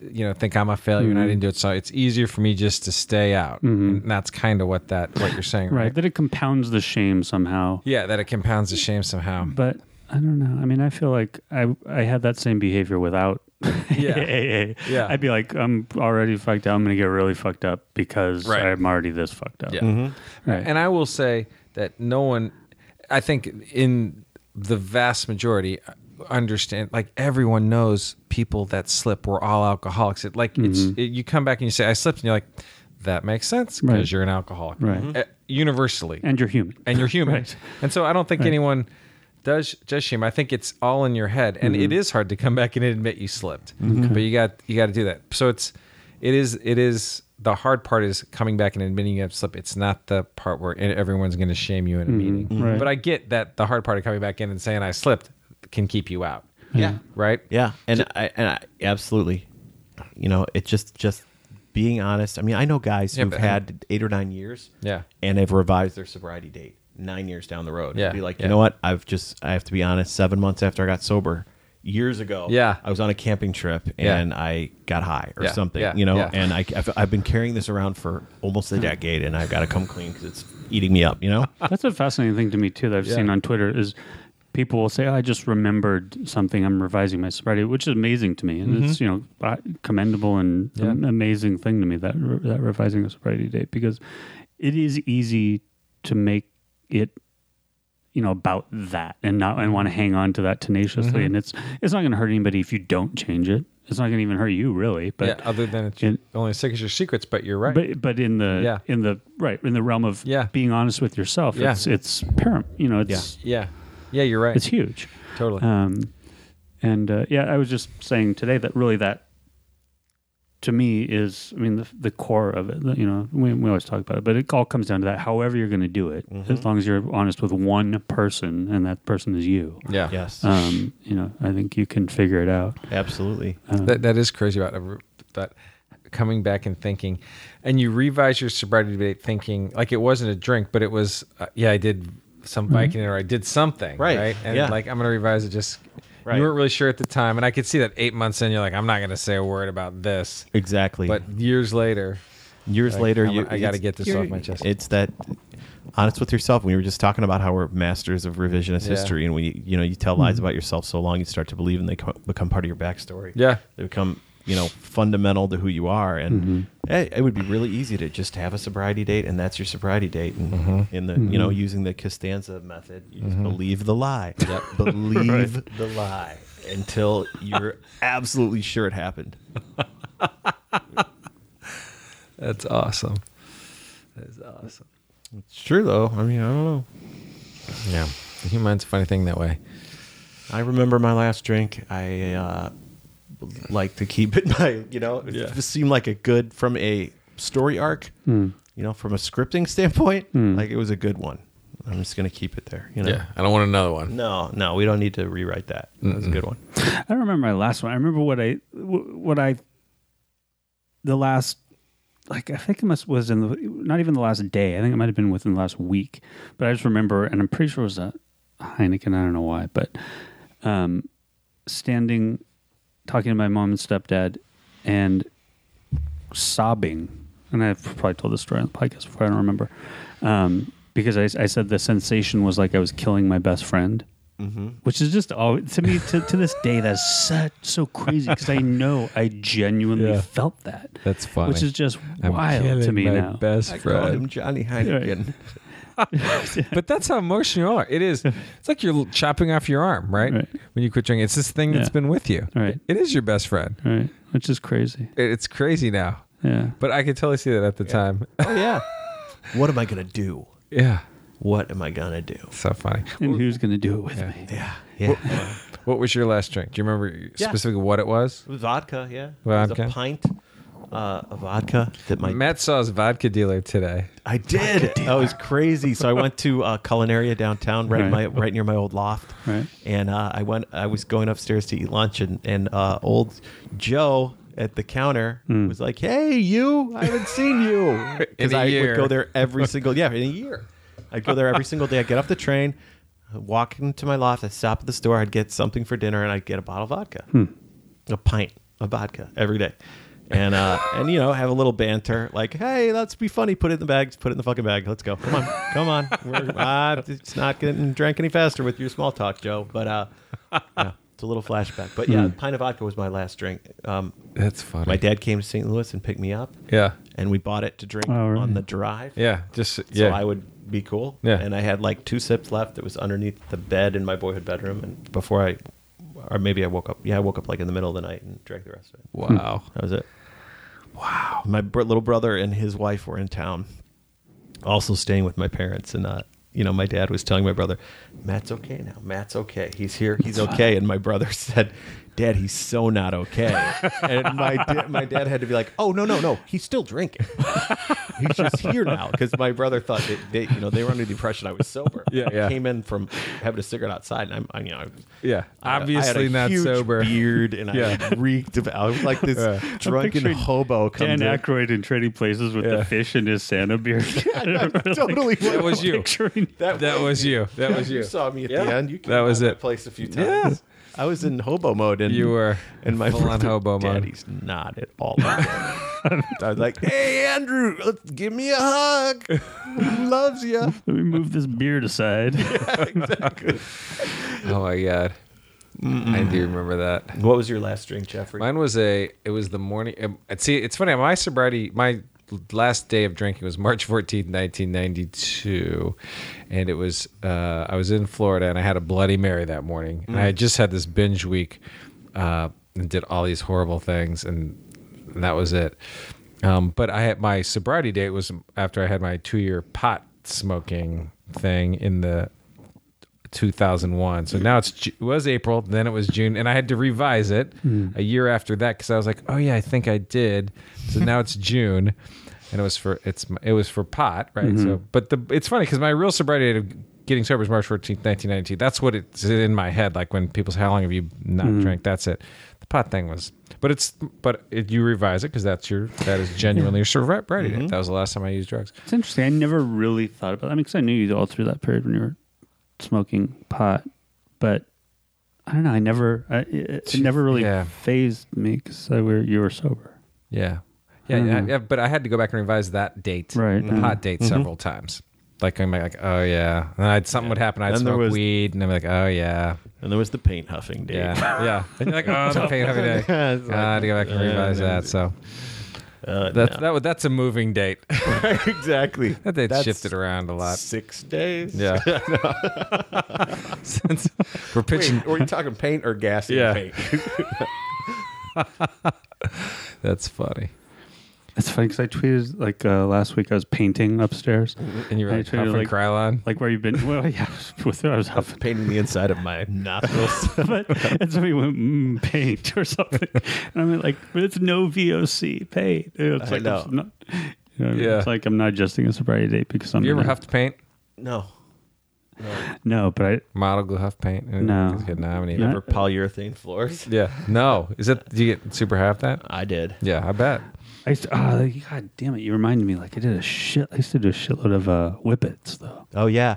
Speaker 4: you know think I'm a failure and I didn't do it. So it's easier for me just to stay out, and that's kind of what that what you're saying, right?
Speaker 3: Mm-hmm. right. That it compounds the shame somehow.
Speaker 4: Yeah, that it compounds the shame somehow.
Speaker 3: But I don't know. I mean, I feel like I I had that same behavior without. AA.
Speaker 4: Yeah.
Speaker 3: I'd be like, I'm already fucked up. I'm gonna get really fucked up because
Speaker 4: Right.
Speaker 3: I'm already this fucked up.
Speaker 4: Yeah.
Speaker 3: Right.
Speaker 4: And I will say that no one, I think in the vast majority, understand like everyone knows people that slip were all alcoholics. It like it's it, you come back and you say I slipped, and you're like, that makes sense because
Speaker 3: Mm-hmm. Right.
Speaker 4: you're an alcoholic,
Speaker 3: Right.
Speaker 4: Uh, universally,
Speaker 3: and you're human.
Speaker 4: and you're human. And so I don't think anyone does does shame. I think it's all in your head,
Speaker 3: Mm-hmm.
Speaker 4: and it is hard to come back and admit you slipped. But you got you got to do that. So it's it is it is the hard part is coming back and admitting you have slipped. It's not the part where e, everyone's going to shame you in a meeting.
Speaker 3: Mm-hmm. Right.
Speaker 4: But I get that the hard part of coming back in and saying I slipped can keep you out. Yeah. Right.
Speaker 5: yeah, and I and I absolutely, you know, it just just being honest. I mean, I know guys
Speaker 4: Yeah,
Speaker 5: who've
Speaker 4: but-
Speaker 5: had eight or nine years,
Speaker 4: Yeah.
Speaker 5: and have revised their sobriety date nine years down the road.
Speaker 4: Yeah,
Speaker 5: be like,
Speaker 4: yeah.
Speaker 5: you know what? I've just I have to be honest. Seven months after I got sober. Years ago,
Speaker 4: Yeah.
Speaker 5: I was on a camping trip
Speaker 4: Yeah.
Speaker 5: and I got high or
Speaker 4: Yeah,
Speaker 5: something,
Speaker 4: yeah,
Speaker 5: you know.
Speaker 4: yeah.
Speaker 5: And I, I've, I've been carrying this around for almost a decade, and I've got to come clean because it's eating me up, you know.
Speaker 3: That's a fascinating thing to me too that I've seen on Twitter is people will say, oh, "I just remembered something. I'm revising my sobriety," which is amazing to me, and
Speaker 4: Mm-hmm.
Speaker 3: it's you know uh, commendable and an amazing thing to me that re- that revising a sobriety date because it is easy to make it you know about that and not and
Speaker 4: Mm-hmm.
Speaker 3: want to hang on to that tenaciously and it's it's not going to hurt anybody if you don't change it it's not going to even hurt you really but
Speaker 4: yeah. Other than it's
Speaker 3: And-
Speaker 4: only sick as your secrets, but you're right.
Speaker 3: but but in the
Speaker 4: Yeah.
Speaker 3: in the right in the realm of
Speaker 4: Yeah.
Speaker 3: being honest with yourself
Speaker 4: Yeah.
Speaker 3: it's it's paramount you know it's
Speaker 4: yeah. Yeah. You're right.
Speaker 3: it's huge
Speaker 4: totally.
Speaker 3: um and uh, yeah i was just saying today that really that to me is i mean the, the core of it you know we, we always talk about it but it all comes down to that however you're going to do it as long as you're honest with one person and that person is you
Speaker 4: yeah.
Speaker 5: Yes,
Speaker 3: um you know i think you can figure it out
Speaker 5: absolutely.
Speaker 4: That that is crazy about every- that coming back and thinking, and you revise your sobriety date thinking like it wasn't a drink, but it was uh, yeah I did some biking or I did something
Speaker 5: Right.
Speaker 4: and
Speaker 5: Yeah.
Speaker 4: like I'm gonna revise it just.
Speaker 5: Right.
Speaker 4: You weren't really sure at the time, and I could see that eight months in, you're like, I'm not gonna say a word about this,
Speaker 5: Exactly.
Speaker 4: but years later,
Speaker 5: years
Speaker 4: like,
Speaker 5: later,
Speaker 4: I'm-
Speaker 5: you,
Speaker 4: I got to
Speaker 5: it's-
Speaker 4: get this
Speaker 5: you're-
Speaker 4: off my chest.
Speaker 5: It's that honest with yourself. We were just talking about how we're masters of revisionist
Speaker 4: Yeah. Hmm.
Speaker 5: history, and we, you know, you tell lies about yourself so long, you start to believe, and they co- become part of your backstory.
Speaker 4: Yeah.
Speaker 5: they become, you know, fundamental to who you are. And
Speaker 4: Mm-hmm.
Speaker 5: eh, it would be really easy to just have a sobriety date, and that's your sobriety date. And
Speaker 4: Mm-hmm.
Speaker 5: in the, you know, using the Costanza method, you just believe the lie. believe the lie until you're absolutely sure it happened.
Speaker 4: That's awesome. That is awesome.
Speaker 5: It's true, though. I mean, I don't know.
Speaker 4: Yeah, the human mind's a funny thing that way.
Speaker 5: I remember my last drink. I uh, like to keep it my, you know, it
Speaker 4: Yeah.
Speaker 5: just seemed like a good from a story arc, you know, from a scripting standpoint, like it was a good one. I'm just gonna keep it there, you know.
Speaker 4: I don't want another one.
Speaker 5: No, no, we don't need to rewrite that. That was a good one.
Speaker 3: I don't remember my last one. I remember what I wh- what I the last like I think it must was in the not even the last day. I think it might have been within the last week. But I just remember, and I'm pretty sure it was a Heineken. I don't know why, but um, standing talking to my mom and stepdad and sobbing. And I've probably told this story on the podcast before. I don't remember um, because I, I said the sensation was like I was killing my best friend which is just all to me to, to this day that's such so crazy because I know I genuinely
Speaker 4: Yeah.
Speaker 3: felt that.
Speaker 4: That's funny.
Speaker 3: Which is just wild to me now.
Speaker 4: best
Speaker 5: I called him Johnny Heineken.
Speaker 4: But that's how emotional you are. It is. It's like you're chopping off your arm, right?
Speaker 3: Right.
Speaker 4: When you quit drinking, it's this thing that's
Speaker 3: Yeah.
Speaker 4: been with you.
Speaker 3: Right.
Speaker 4: It is your best friend.
Speaker 3: right? Which is crazy.
Speaker 4: It- It's crazy now,
Speaker 3: Yeah.
Speaker 4: but I could totally see that at the time.
Speaker 5: Oh yeah. what am I gonna do?
Speaker 4: yeah.
Speaker 5: What am I gonna do?
Speaker 4: So funny.
Speaker 3: And who's gonna do it with me?
Speaker 5: Yeah. Yeah.
Speaker 4: What was your last drink? Do you remember
Speaker 5: Yeah.
Speaker 4: specifically what it was?
Speaker 5: It was vodka, yeah. It
Speaker 4: Vodka.
Speaker 5: was a pint uh, of vodka that my
Speaker 4: Matt saw his vodka dealer today.
Speaker 5: I did. I was crazy. So I went to uh, Culinaria downtown, right, in my
Speaker 3: Right.
Speaker 5: right near my old loft.
Speaker 3: Right.
Speaker 5: And uh, I went. I was going upstairs to eat lunch, and and uh, old Joe at the counter was like, "Hey, you! I haven't seen you
Speaker 4: Hmm. In
Speaker 5: because
Speaker 4: a
Speaker 5: I
Speaker 4: year.
Speaker 5: would go there every single yeah in a year. I'd go there every single day. I'd get off the train, I'd walk into my loft. I'd stop at the store. I'd get something for dinner, and I'd get a bottle of vodka a pint of vodka every day. And uh and you know, have a little banter like, hey, let's be funny, put it in the bags, put it in the fucking bag. Let's go. Come on, come on. We're, uh, it's not getting drank any faster with your small talk, Joe. But uh yeah, it's a little flashback. But yeah,
Speaker 3: Hmm.
Speaker 5: pint of vodka was my last drink. Um
Speaker 4: That's funny.
Speaker 5: my dad came to St. Louis and picked me up
Speaker 4: Yeah.
Speaker 5: and we bought it to drink
Speaker 3: Oh, really?
Speaker 5: on the drive.
Speaker 4: Yeah. Just
Speaker 5: So
Speaker 4: yeah.
Speaker 5: I would be cool.
Speaker 4: Yeah.
Speaker 5: And I had like two sips left that was underneath the bed in my boyhood bedroom. And before I, or maybe I woke up. Yeah, I woke up like in the middle of the night and drank the rest of it.
Speaker 4: wow.
Speaker 5: That was it. Wow. My br- little brother and his wife were in town, also staying with my parents. And, uh, you know, my dad was telling my brother, Matt's okay now. Matt's okay. He's here. He's okay. And my brother said, Dad, he's so not okay. and my, da- my dad had to be like, Oh, no, no, no. He's still drinking. he's just here now. Because my brother thought that they, you know, they were under the impression I was sober.
Speaker 4: Yeah, yeah.
Speaker 5: I came in from having a cigarette outside. And I'm, I, you know, I-
Speaker 4: Yeah.
Speaker 5: I had a- I
Speaker 4: Obviously
Speaker 5: had a
Speaker 4: not
Speaker 5: huge
Speaker 4: sober.
Speaker 5: Beard and
Speaker 4: Yeah.
Speaker 5: I reeked of. I was like this
Speaker 4: Yeah.
Speaker 5: drunken
Speaker 3: picturing
Speaker 5: hobo
Speaker 3: Dan
Speaker 5: comes in.
Speaker 3: Aykroyd in Trading Places with
Speaker 4: Yeah.
Speaker 3: the fish and his Santa beard.
Speaker 5: Totally,
Speaker 4: That was you.
Speaker 3: Picturing-
Speaker 4: That was you. That was you.
Speaker 5: You saw me at
Speaker 4: Yeah.
Speaker 5: the end. You came
Speaker 4: That was
Speaker 5: by my
Speaker 4: it.
Speaker 5: Place a few times.
Speaker 4: Yeah.
Speaker 5: I was in hobo mode, and
Speaker 4: You were
Speaker 5: and my
Speaker 4: full on
Speaker 5: brother,
Speaker 4: hobo mode.
Speaker 5: Daddy's not at all. like that. I was like, "Hey, Andrew, let's give me a hug. He loves you."
Speaker 3: Let me move this beard aside.
Speaker 4: Oh my god. I do remember that.
Speaker 5: What was your last drink, Jeffrey?
Speaker 4: Mine was a. It was the morning. um, See, it's funny. My sobriety. My last day of drinking was March 14th, 1992, and it was. Uh, I was in Florida, and I had a Bloody Mary that morning, and I had just had this binge week, uh, and did all these horrible things, and, and that was it. Um, but I had my sobriety date was after I had my two year pot smoking thing in the 2001. So now it's Ju- it was April, then it was June, and I had to revise it a year after that because I was like, oh yeah, I think I did. So now it's June, and it was for it's it was for pot, right? So, but the it's funny because my real sobriety date of getting sober is March 14th, 1992. That's what it's in my head. Like when people say, how long have you not drank? That's it. The pot thing was, but it's but it, you revise it because that's your that is genuinely your sobriety date. That was the last time I used drugs.
Speaker 3: It's interesting. I never really thought about. That. I mean, because I knew you all through that period when you were smoking pot, but I don't know. I never. I, it, it never really
Speaker 4: Yeah.
Speaker 3: phased me because I were you were sober.
Speaker 4: Yeah. Yeah, yeah, yeah, but I had to go back and revise that date,
Speaker 3: Right.
Speaker 4: the
Speaker 5: Mm-hmm.
Speaker 4: pot date, several times. Like I'm like, oh yeah, and I'd, something would happen. I'd
Speaker 5: Then there
Speaker 4: smoke
Speaker 5: was-
Speaker 4: weed, and I'm like, oh yeah,
Speaker 5: and there was the paint huffing day.
Speaker 4: yeah, yeah. And you're like, oh, it's a pain every day.
Speaker 5: Yeah, it's
Speaker 4: I had to go back and revise that. So
Speaker 5: Uh,
Speaker 4: that
Speaker 5: no.
Speaker 4: that would that's a moving date.
Speaker 5: exactly.
Speaker 4: that date
Speaker 5: That's
Speaker 4: shifted around a lot.
Speaker 5: Six days.
Speaker 4: Yeah. Since we're
Speaker 5: Wait,
Speaker 4: pitching,
Speaker 5: were you talking paint or gas? in
Speaker 4: Yeah.
Speaker 5: Paint?
Speaker 4: that's funny.
Speaker 3: It's funny because I tweeted like uh, last week. I was painting upstairs,
Speaker 4: And you were
Speaker 3: I
Speaker 4: like,
Speaker 3: tweeted,
Speaker 4: huffing
Speaker 3: like-
Speaker 4: Krylon.
Speaker 5: Mm-hmm.
Speaker 3: like where you've been. Well, yeah, I was with her. I was huffing.
Speaker 5: Painting the inside of my nostrils.
Speaker 3: but and somebody went mm, paint or something, and I'm like, but it's no VOC paint. It's
Speaker 5: I
Speaker 3: like
Speaker 5: know.
Speaker 3: I'm not, you know,
Speaker 4: Yeah.
Speaker 3: it's like I'm not adjusting a sobriety date because I'm
Speaker 4: you ever
Speaker 3: not-
Speaker 4: huffed paint?
Speaker 5: no.
Speaker 3: no, but I
Speaker 4: Model glue huff paint?
Speaker 3: No.
Speaker 4: Good. No, I haven't
Speaker 3: No.
Speaker 4: either.
Speaker 5: Or polyurethane floors.
Speaker 4: Yeah. No. Is it? Do you get super half that?
Speaker 5: I did.
Speaker 4: Yeah, I bet.
Speaker 3: I used to, oh, like, God damn it. You reminded me, like, I did a shit. I used to do a shitload of uh, whippets, though.
Speaker 5: Oh yeah,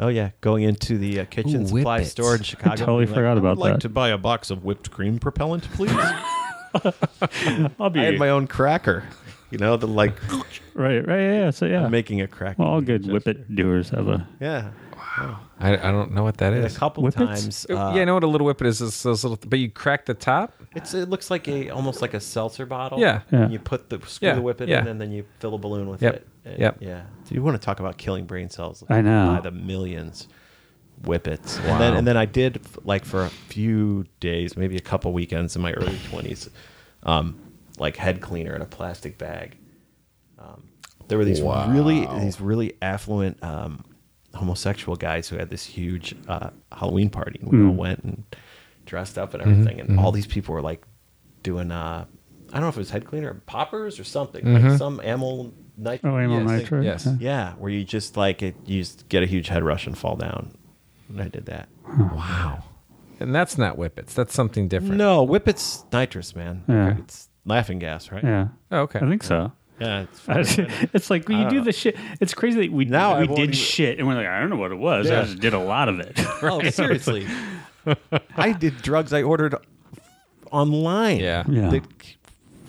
Speaker 5: oh yeah. Going into the uh, kitchen
Speaker 4: Ooh,
Speaker 5: supply
Speaker 4: Whippets.
Speaker 5: store in Chicago.
Speaker 3: totally
Speaker 5: being
Speaker 3: forgot
Speaker 5: "I would
Speaker 3: about
Speaker 5: Like
Speaker 3: that."
Speaker 5: to buy a box of whipped cream propellant, please. I
Speaker 3: I'll be
Speaker 5: had my own cracker. You know, the like
Speaker 3: right, right, yeah, yeah. So yeah,
Speaker 5: making a cracker.
Speaker 3: well, all good whippet doers have a
Speaker 5: Yeah.
Speaker 4: I, I don't know what that
Speaker 5: A
Speaker 4: is.
Speaker 5: couple
Speaker 3: Whippets?
Speaker 5: times.
Speaker 4: Uh,
Speaker 5: uh,
Speaker 4: yeah, I know what a little whippet is. It's those little, but you crack the top.
Speaker 5: It's it looks like a almost like a seltzer bottle.
Speaker 4: Yeah.
Speaker 3: Yeah.
Speaker 5: And you put the screw
Speaker 4: Yeah,
Speaker 5: the whip it
Speaker 4: yeah.
Speaker 5: in, and then you fill a balloon with
Speaker 4: Yep,
Speaker 5: it. And
Speaker 4: yep.
Speaker 5: Yeah. Do you want to talk about killing brain cells?
Speaker 3: I know.
Speaker 5: by the millions. Whippets. And then and then I did f- like for a few days, maybe a couple weekends in my early twenties, um, like head cleaner in a plastic bag. Um, there were these really these really affluent um, homosexual guys who had this huge uh, Halloween party. And we
Speaker 3: Hmm.
Speaker 5: all went and dressed up and
Speaker 3: Mm-hmm.
Speaker 5: everything, and all these people were like doing uh, I don't know if it was head cleaner, or poppers or something, like some amyl nitrate.
Speaker 3: Mm-hmm. Oh, amyl
Speaker 4: Yes,
Speaker 3: nitrate.
Speaker 4: yes.
Speaker 3: Yeah.
Speaker 5: Yeah, where you just like it, you just get a huge head rush and fall down. And I did that.
Speaker 4: And that's not whippets. That's something different.
Speaker 5: No, Whippet's nitrous, man.
Speaker 3: Yeah.
Speaker 5: It's laughing gas, right?
Speaker 3: Yeah.
Speaker 4: Oh, okay.
Speaker 3: I think so.
Speaker 5: Yeah, it's
Speaker 3: it's like you do the shit. It's crazy that we
Speaker 5: Uh, Now I
Speaker 3: we
Speaker 5: won't
Speaker 3: did
Speaker 5: even-
Speaker 3: shit and we're like, I don't know what it was.
Speaker 5: Yeah.
Speaker 3: I just did a lot of it.
Speaker 5: Oh, seriously. I did drugs I ordered online.
Speaker 4: Yeah.
Speaker 3: Yeah.
Speaker 5: That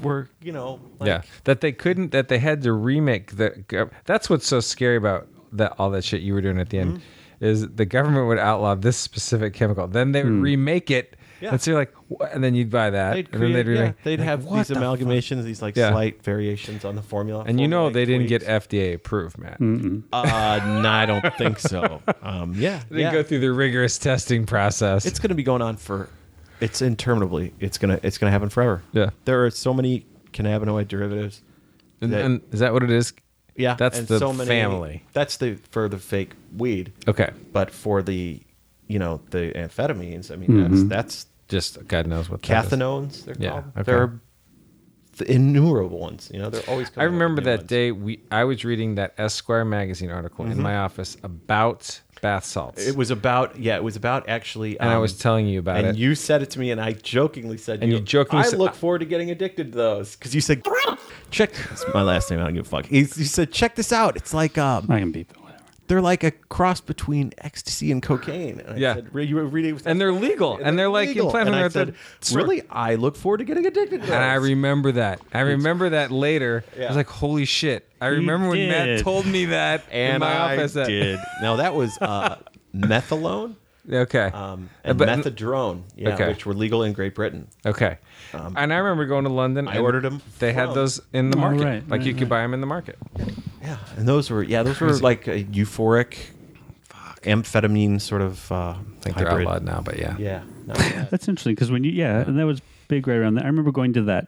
Speaker 5: were, you know, like,
Speaker 4: yeah. That they couldn't. That they had to remake the. gov- That's what's so scary about that. All that shit you were doing at the end
Speaker 5: Mm-hmm.
Speaker 4: is the government would outlaw this specific chemical. Then they would
Speaker 3: Hmm.
Speaker 4: remake it.
Speaker 5: Yeah.
Speaker 4: And so you're like, "What?" and then you'd buy that,
Speaker 5: They'd,
Speaker 4: and then
Speaker 5: create,
Speaker 4: they'd remake.
Speaker 5: yeah, they'd
Speaker 4: Like,
Speaker 5: have
Speaker 4: what
Speaker 5: these
Speaker 4: the fuck?
Speaker 5: amalgamations, these like
Speaker 4: Yeah.
Speaker 5: slight variations on the formula.
Speaker 4: And you know
Speaker 5: formulaic
Speaker 4: they didn't get
Speaker 5: tweaks.
Speaker 4: FDA approved, Matt.
Speaker 5: Uh, no, I don't think so. Um, yeah,
Speaker 4: They
Speaker 5: yeah.
Speaker 4: go through the rigorous testing process.
Speaker 5: it's going to be going on for it's interminably it's going to it's going to happen forever
Speaker 4: Yeah.
Speaker 5: there are so many cannabinoid derivatives
Speaker 4: and,
Speaker 5: that-
Speaker 4: and is that what it is?
Speaker 5: yeah
Speaker 4: that's
Speaker 5: and
Speaker 4: the
Speaker 5: so many,
Speaker 4: family.
Speaker 5: that's the for the fake weed
Speaker 4: Okay,
Speaker 5: but for the you know the amphetamines i mean that's
Speaker 4: just God knows what. that
Speaker 5: that's
Speaker 4: Mm-hmm. is.
Speaker 5: cathinones they're
Speaker 4: Yeah,
Speaker 5: called
Speaker 4: okay.
Speaker 5: there are th- innumerable ones you know they're always
Speaker 4: I
Speaker 5: coming up with
Speaker 4: remember
Speaker 5: new
Speaker 4: that
Speaker 5: ones. Mm-hmm.
Speaker 4: day we I was reading that Esquire magazine article in my office about bath salts.
Speaker 5: it was about yeah it was about actually
Speaker 4: and I
Speaker 5: um,
Speaker 4: was telling you about
Speaker 5: and
Speaker 4: it.
Speaker 5: you said it to me, and I jokingly said,
Speaker 4: And
Speaker 5: to
Speaker 4: you jokingly
Speaker 5: I
Speaker 4: said-
Speaker 5: look forward to getting addicted to those because you said, check. That's my last name. I don't give a fuck. He, he said, check this out. It's like um,
Speaker 3: I can beep it. Whatever.
Speaker 5: they're like a cross between ecstasy and cocaine. And I
Speaker 4: Yeah.
Speaker 5: said, "Re- you were reading, with-
Speaker 4: and they're legal. And, they're like
Speaker 5: legal."
Speaker 4: implanting
Speaker 5: And I
Speaker 4: their-
Speaker 5: said,
Speaker 4: their-
Speaker 5: really? I look forward to getting addicted. to
Speaker 4: And I
Speaker 5: those."
Speaker 4: remember that. I remember that later. I
Speaker 5: Yeah.
Speaker 4: was like, "Holy shit!" I remember when Matt
Speaker 3: did.
Speaker 4: told me that in
Speaker 5: and
Speaker 4: my
Speaker 5: I
Speaker 4: office. that-
Speaker 5: did. now that was uh, methylone
Speaker 4: Okay.
Speaker 5: um, and
Speaker 4: But-
Speaker 5: methadrone, yeah,
Speaker 4: Okay.
Speaker 5: which were legal in Great Britain.
Speaker 4: Okay. and I remember going to London.
Speaker 5: um, I
Speaker 4: and
Speaker 5: ordered 'em
Speaker 4: They had
Speaker 5: from-
Speaker 4: those in the
Speaker 3: Oh,
Speaker 4: market.
Speaker 3: right,
Speaker 4: like you
Speaker 3: right,
Speaker 4: could buy them in the market.
Speaker 5: Yeah, and those were yeah, those were like a euphoric, amphetamine sort of. Uh, I
Speaker 4: I think they're outlawed now, but yeah.
Speaker 5: Yeah, not bad.
Speaker 3: That's interesting because when you yeah, and that was big right around that. I remember going to that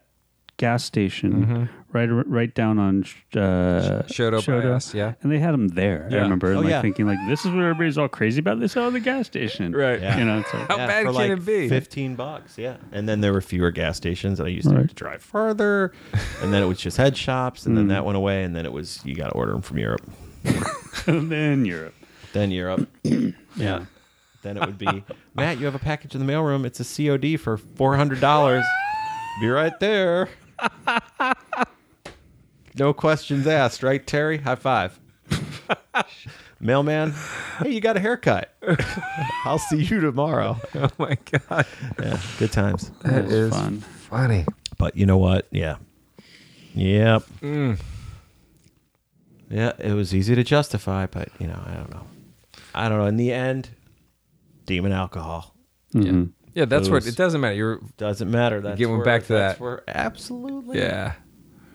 Speaker 3: gas station
Speaker 5: Mm-hmm.
Speaker 3: right right down on uh,
Speaker 4: Shodo by us, yeah.
Speaker 3: and they had them there.
Speaker 4: Yeah.
Speaker 3: I remember and
Speaker 5: Oh,
Speaker 3: like
Speaker 5: yeah.
Speaker 3: thinking like this is what everybody's all crazy about. They sell at the gas station,
Speaker 4: Right.
Speaker 5: Yeah.
Speaker 3: You know, it's like,
Speaker 4: How bad
Speaker 5: for
Speaker 4: can it be?
Speaker 5: Fifteen bucks, yeah. And then there were fewer gas stations, and I used to, have
Speaker 3: Right. Mm.
Speaker 5: to drive farther. and then it was just head shops, and then that went away, and then it was you got to order them from Europe.
Speaker 3: and then Europe,
Speaker 5: Then Europe,
Speaker 3: yeah.
Speaker 5: then it would be Matt. You have a package in the mailroom. It's a COD for four hundred dollars. be right there. No questions asked, right, Terry? High five. Mailman, hey, you got a haircut. I'll see you tomorrow.
Speaker 4: Oh my god.
Speaker 5: Yeah, good times.
Speaker 4: That is
Speaker 3: fun.
Speaker 4: funny.
Speaker 5: But you know what? Yeah. Yep. Mm. Yeah, it was easy to justify, but you know, I don't know. I don't know. In the end, demon alcohol
Speaker 3: Mhm.
Speaker 4: Yeah, that's where
Speaker 5: Those-
Speaker 4: it doesn't matter. You're
Speaker 5: doesn't matter. That's
Speaker 4: Getting
Speaker 5: where,
Speaker 4: back to
Speaker 5: that's
Speaker 4: that.
Speaker 5: Where absolutely.
Speaker 4: yeah.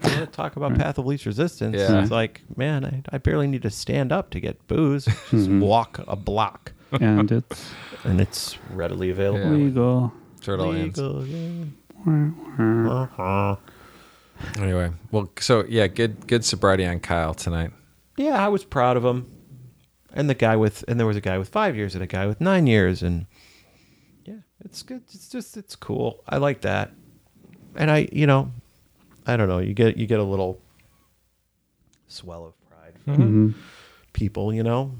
Speaker 5: You wanna talk about path of least resistance.
Speaker 4: Yeah.
Speaker 5: It's like, man, I, I barely need to stand up to get booze. Just walk a block,
Speaker 3: and it's
Speaker 5: and it's readily available.
Speaker 3: legal.
Speaker 4: Sure it all ends.
Speaker 5: Legal, yeah. Uh-huh.
Speaker 4: Anyway, well, so yeah, good good sobriety on Kyle tonight.
Speaker 5: yeah, I was proud of him. And the guy with and there was a guy with five years and a guy with nine years and yeah, it's good. It's just it's cool. I like that. And I, you know, I don't know. You get you get a little swell of pride from
Speaker 4: Mm-hmm.
Speaker 5: people, you know.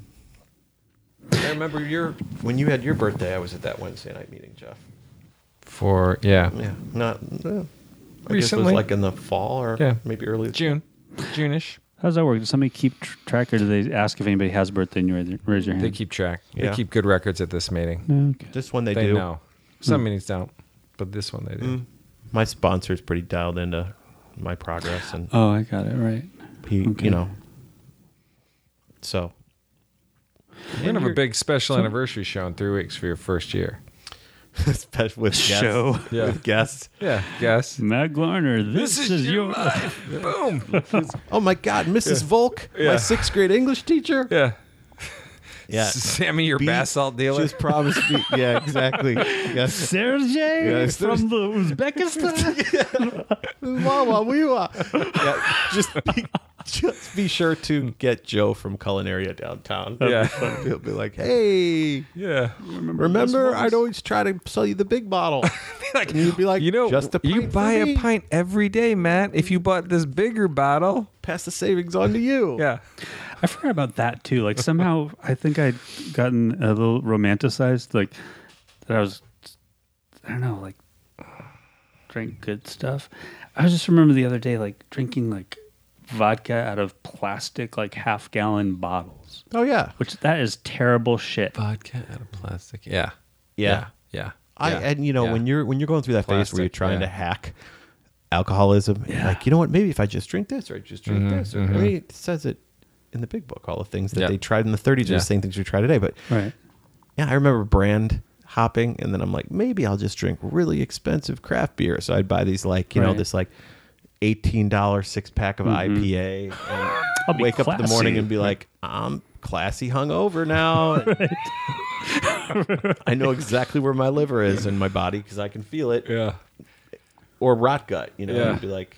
Speaker 5: I remember your when you had your birthday. I was at that Wednesday night meeting, Jeff.
Speaker 4: For yeah,
Speaker 5: Yeah, not uh, I guess it was
Speaker 4: Recently?
Speaker 5: like in the fall or
Speaker 4: Yeah.
Speaker 5: maybe early
Speaker 4: June, Juneish.
Speaker 3: How does that work? Does somebody keep tr- track, or do they ask if anybody has a birthday and you raise- raise your hand?
Speaker 4: They keep track.
Speaker 5: Yeah.
Speaker 4: They keep good records at this meeting.
Speaker 3: Okay.
Speaker 5: This one they,
Speaker 4: They,
Speaker 5: do. Hmm.
Speaker 4: know. Some meetings don't, but this one
Speaker 5: Mm.
Speaker 4: they do.
Speaker 5: my sponsor's pretty dialed into my progress and
Speaker 3: Oh, I got it right.
Speaker 5: he
Speaker 3: okay.
Speaker 5: you know so
Speaker 4: We're gonna have a big special anniversary show in three weeks for your first year.
Speaker 5: Especially with guests.
Speaker 3: Show.
Speaker 4: Yeah.
Speaker 5: With guests.
Speaker 4: Yeah, guess.
Speaker 5: Mm.
Speaker 3: Matt Glarner, this, is, your.
Speaker 4: Boom.
Speaker 5: Oh my God, Mrs. Volk, my
Speaker 4: Yeah.
Speaker 5: sixth grade English teacher.
Speaker 4: Yeah.
Speaker 5: Yeah.
Speaker 4: Sammy, your
Speaker 5: Be-
Speaker 4: basalt
Speaker 5: She
Speaker 4: dealer.
Speaker 5: was promised. to be- yeah, exactly. Yes.
Speaker 3: Sergey
Speaker 5: Yes, there's-
Speaker 3: from the Uzbekistan.
Speaker 5: Mama, we wa. Yeah, just be, just be sure to get Joe from Culinaria downtown.
Speaker 4: yeah.
Speaker 5: He'll be like, hey,
Speaker 4: Yeah.
Speaker 5: remember I'd always try to sell you the big bottle. and you'd be like,
Speaker 4: You know,
Speaker 5: just a
Speaker 4: you
Speaker 5: pint for
Speaker 4: buy a
Speaker 5: me.
Speaker 4: pint every day, Matt. If you bought this bigger bottle,
Speaker 5: pass the savings on to you.
Speaker 4: yeah.
Speaker 3: I forgot about that too. Like somehow, I think I'd gotten a little romanticized. Like that I was, I don't know, like drink good stuff. I just remember the other day, like drinking like vodka out of plastic, like half gallon bottles,
Speaker 5: Oh yeah.
Speaker 3: which that is terrible shit.
Speaker 4: Vodka out of plastic. Yeah.
Speaker 5: Yeah.
Speaker 4: Yeah.
Speaker 5: I
Speaker 4: Yeah.
Speaker 5: and you know
Speaker 4: Yeah.
Speaker 5: when you're when you're going through that phase where you're
Speaker 4: Plastic,
Speaker 5: trying to
Speaker 4: yeah.
Speaker 5: hack alcoholism, and you're like you know what, maybe if I just drink this or I just drink
Speaker 4: Mm-hmm,
Speaker 5: this, or I mean, it says it in the big book, all the things that
Speaker 4: Yeah.
Speaker 5: they tried in the 30s are
Speaker 4: Yeah.
Speaker 5: the same things we try today. But
Speaker 3: Right.
Speaker 5: yeah, I remember brand hopping, and then I'm like, maybe I'll just drink really expensive craft beer. So I'd buy these like you know
Speaker 3: Right.
Speaker 5: this like. $18 six pack of
Speaker 4: Mm-hmm.
Speaker 5: IPA and
Speaker 3: I'll be
Speaker 5: wake up in the morning
Speaker 3: classy.
Speaker 5: and be like, I'm classy hungover now. I know exactly where my liver is in my body because I can feel it.
Speaker 4: Yeah.
Speaker 5: Or rot gut, you know,
Speaker 4: Yeah.
Speaker 5: and be like,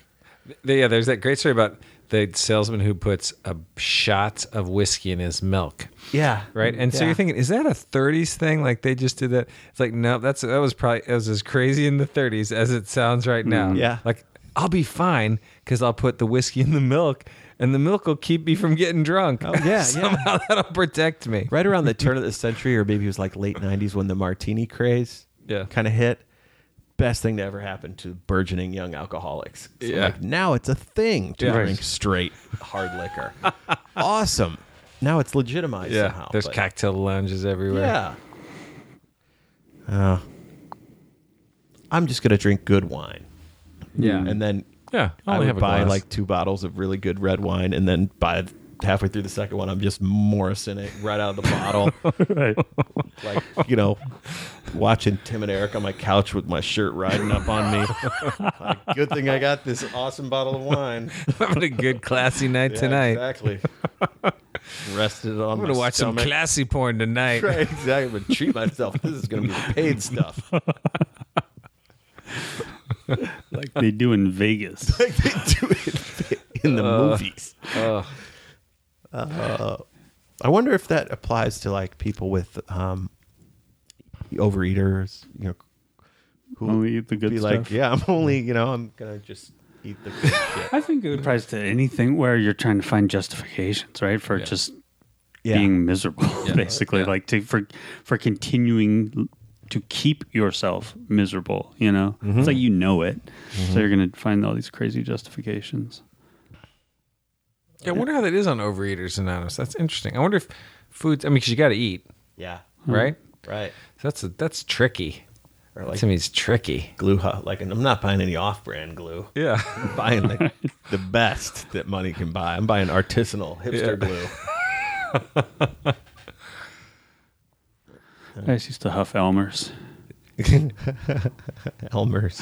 Speaker 4: Th- Yeah, there's that great story about the salesman who puts a shot of whiskey in his milk.
Speaker 5: yeah,
Speaker 4: Right. And so
Speaker 5: Yeah.
Speaker 4: you're thinking, is that a 30s thing? Like they just did that. It's like, no, that's that was probably that was as crazy in the 30s as it sounds right now.
Speaker 5: Hmm. Yeah.
Speaker 4: Like I'll be fine because I'll put the whiskey in the milk, and the milk will keep me from getting drunk. Oh
Speaker 5: yeah, yeah.
Speaker 4: Somehow that'll protect me.
Speaker 5: right around the turn of the century, or maybe it was like late '90s when the martini craze,
Speaker 4: Yeah.
Speaker 5: kind of hit. Best thing to ever happen to burgeoning young alcoholics. So,
Speaker 4: Yeah.
Speaker 5: like, now it's a thing to
Speaker 4: Yeah.
Speaker 5: drink straight hard liquor. awesome. Now it's legitimized
Speaker 4: Yeah.
Speaker 5: somehow.
Speaker 4: there's
Speaker 5: but-
Speaker 4: cocktail lounges everywhere.
Speaker 5: Yeah. Uh, I'm just gonna drink good wine.
Speaker 3: Mm.
Speaker 4: Yeah.
Speaker 5: and then
Speaker 4: Yeah, I'll
Speaker 5: I
Speaker 4: only
Speaker 5: would
Speaker 4: have a
Speaker 5: buy
Speaker 4: glass.
Speaker 5: like two bottles of really good red wine, and then by th- halfway through the second one, I'm just Morrison it right out of the bottle,
Speaker 3: Right.
Speaker 5: like you know, watching Tim and Eric on my couch with my shirt riding up on me. like, good thing I got this awesome bottle of wine
Speaker 4: having a good classy night
Speaker 5: Yeah,
Speaker 4: tonight.
Speaker 5: Exactly. Rested on.
Speaker 4: I'm gonna watch some classy porn tonight.
Speaker 5: Right, exactly. But treat myself. This is gonna be the paid stuff.
Speaker 3: like they do in Vegas.
Speaker 5: like they do it in the movies.
Speaker 4: uh.
Speaker 5: Uh, I wonder if that applies to like people with um, overeaters, you know, who
Speaker 3: Only eat the good
Speaker 5: be
Speaker 3: stuff.
Speaker 5: like, yeah, I'm only, you know, I'm gonna just eat the good shit.
Speaker 3: I think it applies to anything where you're trying to find justifications, right, for just
Speaker 5: Yeah.
Speaker 3: being miserable, basically, like to for for continuing l- to keep yourself miserable. You know,
Speaker 5: Mm-hmm.
Speaker 3: it's like you know it, so you're gonna find all these crazy justifications.
Speaker 4: Yeah, I wonder how that is on Overeaters Anonymous. That's interesting. I wonder if foods. I mean, because you got to eat,
Speaker 5: yeah,
Speaker 3: Mm.
Speaker 4: right?
Speaker 5: right.
Speaker 4: So that's a, that's tricky.
Speaker 5: Or
Speaker 4: That
Speaker 5: like
Speaker 4: to me, it's tricky.
Speaker 5: glue, hu- like, and I'm not buying any off-brand glue.
Speaker 4: Yeah.
Speaker 5: I'm buying like, the best that money can buy. I'm buying artisanal hipster
Speaker 4: Yeah.
Speaker 5: glue.
Speaker 3: I just used to huff Elmer's.
Speaker 5: Elmer's.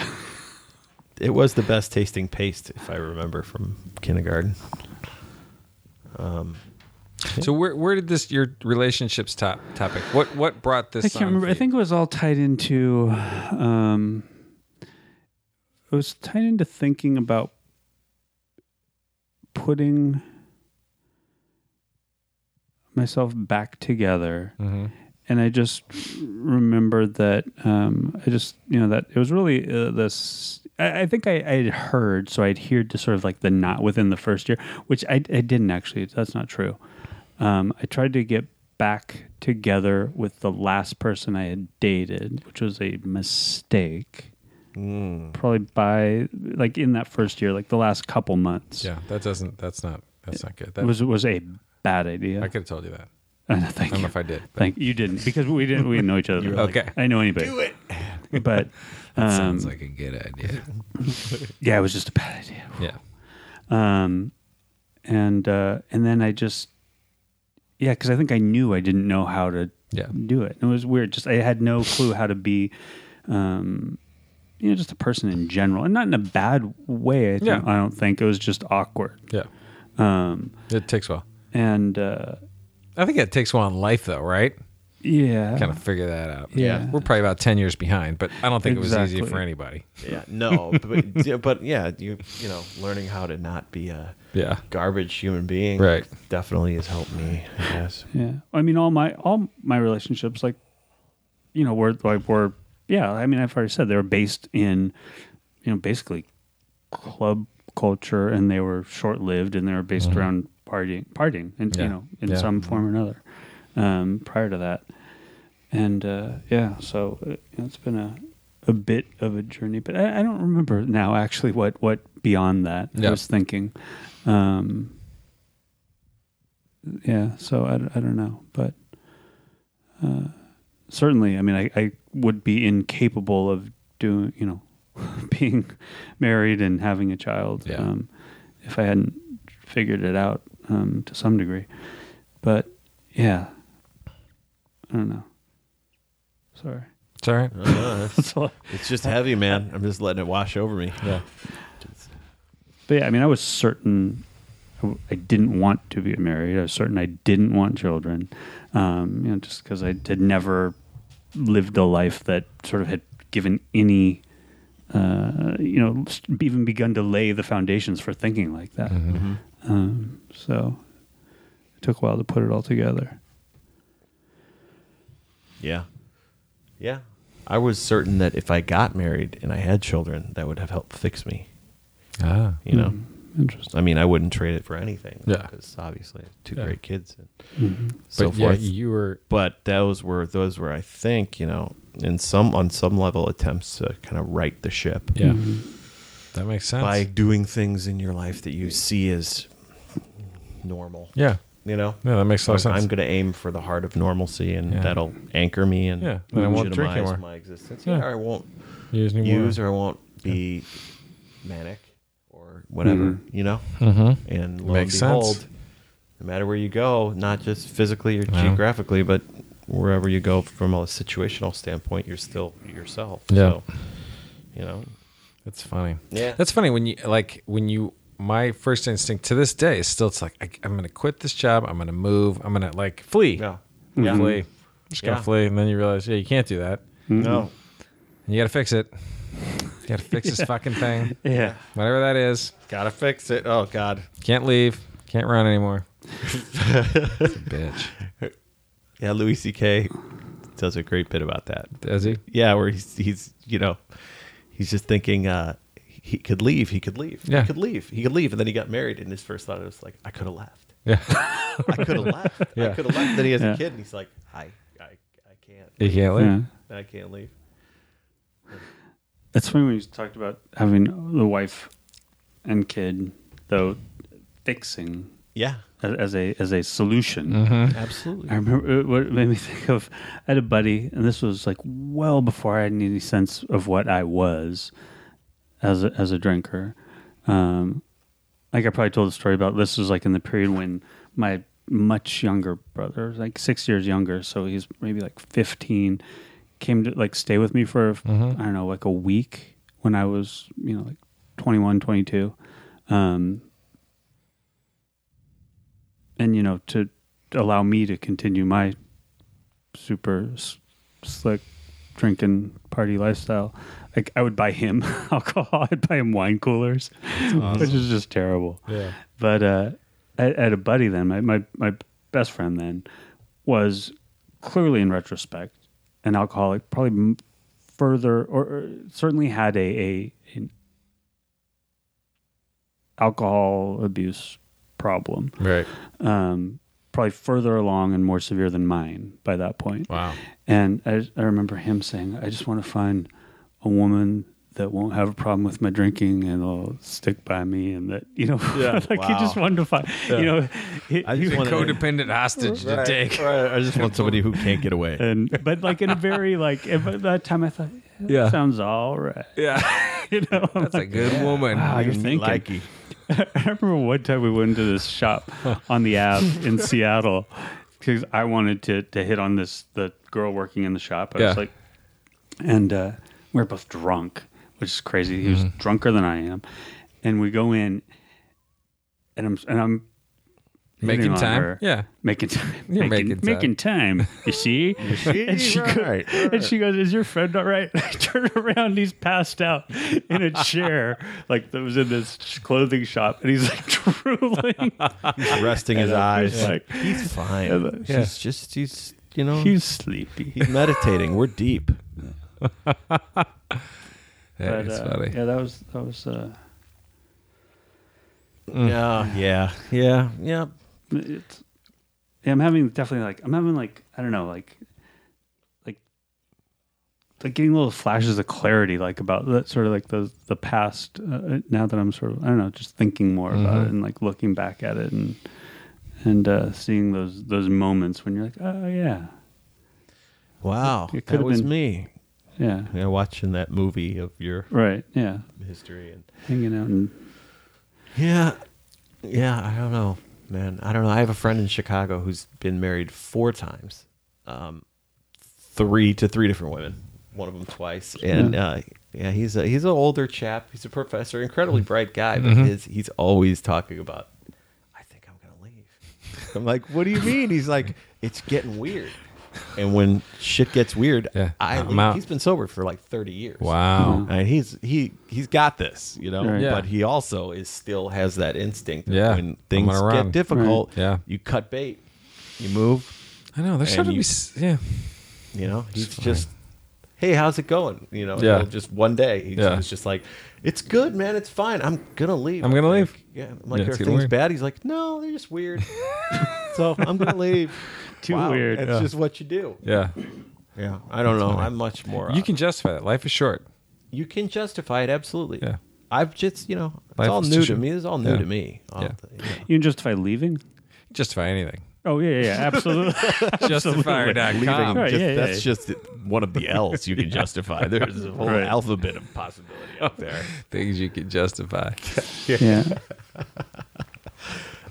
Speaker 5: It was the best tasting paste, if I remember from kindergarten.
Speaker 4: So where where did this your relationships top topic? What what brought this?
Speaker 3: I can't
Speaker 4: on
Speaker 3: remember.
Speaker 4: for
Speaker 3: I
Speaker 4: you?
Speaker 3: think it was all tied into. Um, it was tied into thinking about putting myself back together,
Speaker 4: Mm-hmm.
Speaker 3: and I just remembered that um, I just you know that it was really uh, this. I, I think I, I had heard, so I adhered to sort of like the not within the first year, which I, I didn't actually. That's not true um, I tried to get back together with the last person I had dated, which was a mistake.
Speaker 4: Mm.
Speaker 3: Probably by like in that first year, like the last couple months,
Speaker 4: Yeah, that doesn't. That's not. That's not good. That,
Speaker 3: was was a bad idea.
Speaker 4: I could have told you that.
Speaker 3: Thank
Speaker 4: I don't
Speaker 3: you.
Speaker 4: know if I did. but-
Speaker 3: Thank you didn't because we didn't we didn't know each other.
Speaker 4: okay.
Speaker 3: I know anybody. Do it. But um,
Speaker 4: Sounds like a good idea.
Speaker 3: yeah, it was just a bad idea.
Speaker 4: Yeah.
Speaker 3: um, and uh, and then I just yeah, because I think I knew I didn't know how to
Speaker 4: Yeah.
Speaker 3: do it. It was weird. Just I had no clue how to be, um, you know, just a person in general, and not in a bad way. I, think,
Speaker 4: Yeah.
Speaker 3: I don't think it was just awkward.
Speaker 4: Yeah.
Speaker 3: Um,
Speaker 4: It takes a while.
Speaker 3: and uh,
Speaker 4: I think it takes a while in life, though, right?
Speaker 3: yeah,
Speaker 4: Kind of figure that out.
Speaker 3: Uh-huh. Yeah.
Speaker 4: We're probably about 10 years behind, but I don't think it was
Speaker 3: Exactly.
Speaker 4: easy for anybody.
Speaker 5: Yeah, no, but, yeah, but yeah, you you know, learning how to not be a
Speaker 4: Yeah.
Speaker 5: garbage human being
Speaker 4: Right.
Speaker 5: definitely has helped me. I guess.
Speaker 3: yeah. I mean, all my all my relationships, like, you know, were like were yeah. I mean, I've already said they were based in, you know, basically club culture, and they were short lived, and they were based around partying, partying, and
Speaker 4: Mm-hmm. Yeah.
Speaker 3: you know, in
Speaker 4: Yeah. Mm-hmm.
Speaker 3: some form or another. Um, prior to that, and uh, yeah, so uh, it's been a a bit of a journey, but I, I don't remember now actually what what beyond that
Speaker 4: Yeah.
Speaker 3: I was thinking. Um, yeah, so I, I don't know, but uh, certainly, I mean, I, I would be incapable of doing, you know, being married and having a child
Speaker 4: Yeah.
Speaker 3: um, if I hadn't figured it out um, to some degree. But yeah, I don't know. Sorry.
Speaker 4: It's all right.
Speaker 5: I don't know, it's-
Speaker 3: That's all I-
Speaker 5: it's just heavy, man. I'm just letting it wash over me.
Speaker 4: Yeah.
Speaker 3: But yeah, I mean, I was certain I w- I didn't want to be married. I was certain I didn't want children, um, you know, just because I had never lived a life that sort of had given any, uh, you know, s- even begun to lay the foundations for thinking like that. Um, so it took a while to put it all together.
Speaker 5: Yeah, yeah. I was certain that if I got married and I had children, that would have helped fix me.
Speaker 4: Ah.
Speaker 5: You know,
Speaker 3: Interesting.
Speaker 5: I mean, I wouldn't trade it for anything.
Speaker 4: Yeah.
Speaker 5: because obviously, I have two
Speaker 4: Yeah.
Speaker 5: great kids and so
Speaker 4: So but yeah,
Speaker 5: forth.
Speaker 4: you were.
Speaker 5: but those were those were I think you know in some on some level attempts to kind of right the ship
Speaker 4: Yeah.
Speaker 3: Mm-hmm.
Speaker 4: That makes sense.
Speaker 5: by doing things in your life that you see as normal.
Speaker 4: yeah.
Speaker 5: You know,
Speaker 4: Yeah, that makes a lot of
Speaker 5: Like, I'm
Speaker 4: sense.
Speaker 5: going to aim for the heart of normalcy, and
Speaker 4: Yeah.
Speaker 5: that'll anchor me and
Speaker 4: Yeah, then I won't drink anymore.
Speaker 5: legitimize my existence. Yeah,
Speaker 4: Yeah.
Speaker 5: or I won't
Speaker 4: Use new
Speaker 5: use, or I won't be manic or whatever. You know,
Speaker 4: Mm-hmm.
Speaker 5: and lo
Speaker 4: Makes
Speaker 5: and behold,
Speaker 4: sense.
Speaker 5: no matter where you go, not just physically or geographically, but wherever you go from a situational standpoint, you're still yourself.
Speaker 4: Yeah.
Speaker 5: So, you know,
Speaker 4: That's funny.
Speaker 5: Yeah.
Speaker 4: That's funny when you like when you my first instinct to this day is still it's like I, I'm gonna quit this job. I'm gonna move. I'm gonna like flee.
Speaker 5: yeah, Mm-hmm.
Speaker 4: Yeah. Flee. I'm just gonna
Speaker 5: Yeah.
Speaker 4: flee, and then you realize yeah you can't do that.
Speaker 5: no,
Speaker 4: And you gotta fix it. You gotta fix this fucking thing.
Speaker 3: Yeah.
Speaker 4: Whatever that is.
Speaker 5: gotta fix it. Oh God,
Speaker 4: Can't leave. Can't run anymore. It's a bitch.
Speaker 5: yeah. Louis C.K. does a great bit about that.
Speaker 4: Does he?
Speaker 5: Yeah, where he's he's you know, he's just thinking. uh he could leave. He could leave.
Speaker 4: Yeah.
Speaker 5: He could leave. He could leave. And then he got married, and his first thought was like, "I could have left.
Speaker 4: Yeah.
Speaker 5: I could have left. I
Speaker 4: Yeah.
Speaker 5: could have left." Then he has
Speaker 3: Yeah.
Speaker 5: a kid, and he's like, "I, I, I can't.
Speaker 4: You can't leave.
Speaker 3: Yeah.
Speaker 5: I can't leave."
Speaker 3: That's funny when you talked about having the wife and kid, though, fixing
Speaker 5: Yeah,
Speaker 3: as, as a as a solution.
Speaker 5: absolutely.
Speaker 3: I remember it- what made me think of. I had a buddy, and this was like well before I had any sense of what I was as a, as a drinker. Um, like I probably told the story about this was like in the period when my much younger brother, like six years younger, so he's maybe like fifteen, came to like stay with me for I don't know like a week when I was you know like 21, 22. Um, and you know to allow me to continue my super s- slick drinking party lifestyle like i would buy him alcohol i'd buy him wine coolers which is just terrible
Speaker 4: Yeah.
Speaker 3: but uh I, I had a buddy then my, my my best friend then was clearly in retrospect an alcoholic probably m- further or, or certainly had a, a an alcohol abuse problem
Speaker 4: Right.
Speaker 3: um, probably further along and more severe than mine by that point.
Speaker 4: Wow.
Speaker 3: And I, I remember him saying, I just want to find a woman that won't have a problem with my drinking and will stick by me. And that, you know, like he just
Speaker 5: Wow.
Speaker 3: wanted to find, you know, he-
Speaker 5: I
Speaker 3: he-
Speaker 5: just want
Speaker 4: Codependent hostage to take.
Speaker 5: I just want somebody who can't get away.
Speaker 3: and, but like in a very, like, and by that time I thought, yeah,
Speaker 4: Yeah.
Speaker 3: that sounds all right.
Speaker 4: Yeah.
Speaker 3: You know, I'm
Speaker 4: That's a good woman.
Speaker 3: Wow, you're thinking.
Speaker 5: Likey.
Speaker 3: I remember one time we went to this shop on the Ave in Seattle, because I wanted to to hit on this the girl working in the shop. I
Speaker 4: Yeah.
Speaker 3: was like, and uh, we are both drunk, which is crazy. He
Speaker 4: Mm-hmm.
Speaker 3: was drunker than I am, and we go in, and I'm and I'm hitting
Speaker 4: Making
Speaker 3: on
Speaker 4: time?
Speaker 3: her.
Speaker 4: Yeah.
Speaker 3: making time.
Speaker 4: You're
Speaker 3: making,
Speaker 4: making time.
Speaker 3: making time. You see, and she go-
Speaker 5: right.
Speaker 3: and she goes, "Is your friend all right?" I turn around, he's passed out in a chair, like that was in this clothing shop, and he's like drooling.
Speaker 5: He's resting his eyes.
Speaker 3: He's like,
Speaker 5: he's fine. She's just he's you know
Speaker 3: he's sleepy.
Speaker 5: he's meditating. We're deep.
Speaker 3: But,
Speaker 4: That's
Speaker 3: uh,
Speaker 4: funny.
Speaker 3: Yeah, that was that was. Uh, Mm.
Speaker 5: Yeah, yeah, yeah, yeah.
Speaker 3: it's, yeah, I'm having definitely like I'm having like I don't know like like like getting little flashes of clarity like about that sort of like the the past uh, now that I'm sort of I don't know just thinking more about it and like looking back at it and and uh, seeing those those moments when you're like oh yeah
Speaker 5: Wow,
Speaker 3: It- it could've
Speaker 5: that was
Speaker 3: been-
Speaker 5: me.
Speaker 3: yeah
Speaker 5: Yeah, watching that movie of your
Speaker 3: right yeah
Speaker 5: history and
Speaker 3: hanging out and
Speaker 5: yeah, yeah. I don't know, man. I don't know. I have a friend in Chicago who's been married four times, um, three to three different women. One of them twice, and yeah. Uh, yeah, he's a he's an older chap. He's a professor, incredibly
Speaker 4: Mm-hmm.
Speaker 5: bright guy, but his, he's always talking about. I think I'm gonna leave. I'm like, what do you mean? He's like, it's getting weird. And when shit gets weird,
Speaker 4: Yeah,
Speaker 5: I
Speaker 4: I'm
Speaker 5: leave.
Speaker 4: out.
Speaker 5: he's been sober for like 30 years.
Speaker 4: Wow.
Speaker 5: I mean, he's he he's got this, you know.
Speaker 3: Right.
Speaker 4: Yeah.
Speaker 5: But he also is still has that instinct. that
Speaker 4: Yeah.
Speaker 5: When
Speaker 4: I'm
Speaker 5: things
Speaker 4: gonna run.
Speaker 5: get difficult,
Speaker 4: Right. Yeah.
Speaker 5: you cut bait, you move.
Speaker 4: I know. There's
Speaker 5: And
Speaker 4: something to
Speaker 5: you-
Speaker 4: be. s- Yeah.
Speaker 5: You know, he's just, hey, how's it going? You know,
Speaker 4: Yeah.
Speaker 5: he'll just one day he
Speaker 4: Yeah.
Speaker 5: was just like, it's good, man. It's fine. I'm gonna leave.
Speaker 4: I'm gonna
Speaker 5: I think."
Speaker 4: leave.
Speaker 5: Yeah. I'm like,
Speaker 4: Yeah,
Speaker 5: are
Speaker 4: it's getting
Speaker 5: things
Speaker 4: weird.
Speaker 5: bad? He's like, no, they're just weird. so I'm gonna leave.
Speaker 3: Too weird,
Speaker 5: That's
Speaker 3: yeah.
Speaker 5: just what you do.
Speaker 4: Yeah.
Speaker 5: Yeah. I don't know. I'm much more.
Speaker 4: You
Speaker 5: uh,
Speaker 4: can justify that. Life is short.
Speaker 5: you can justify it absolutely.
Speaker 4: Yeah.
Speaker 5: I've just you know it's
Speaker 4: Life
Speaker 5: all
Speaker 4: is
Speaker 5: new
Speaker 4: just-
Speaker 5: to me. It's all new
Speaker 4: Yeah.
Speaker 5: to me. All
Speaker 4: Yeah.
Speaker 5: the- you know.
Speaker 3: you can justify leaving
Speaker 4: Justify anythy.
Speaker 3: oh yeah yeah, yeah absolutely
Speaker 4: Justifier.com.
Speaker 3: Right,
Speaker 5: Just-
Speaker 3: yeah, yeah,
Speaker 5: that's
Speaker 3: yeah.
Speaker 5: just one of the L's you can justify. There's a whole
Speaker 3: Right.
Speaker 5: alphabet of possibility out there.
Speaker 4: Things you can justify.
Speaker 3: yeah.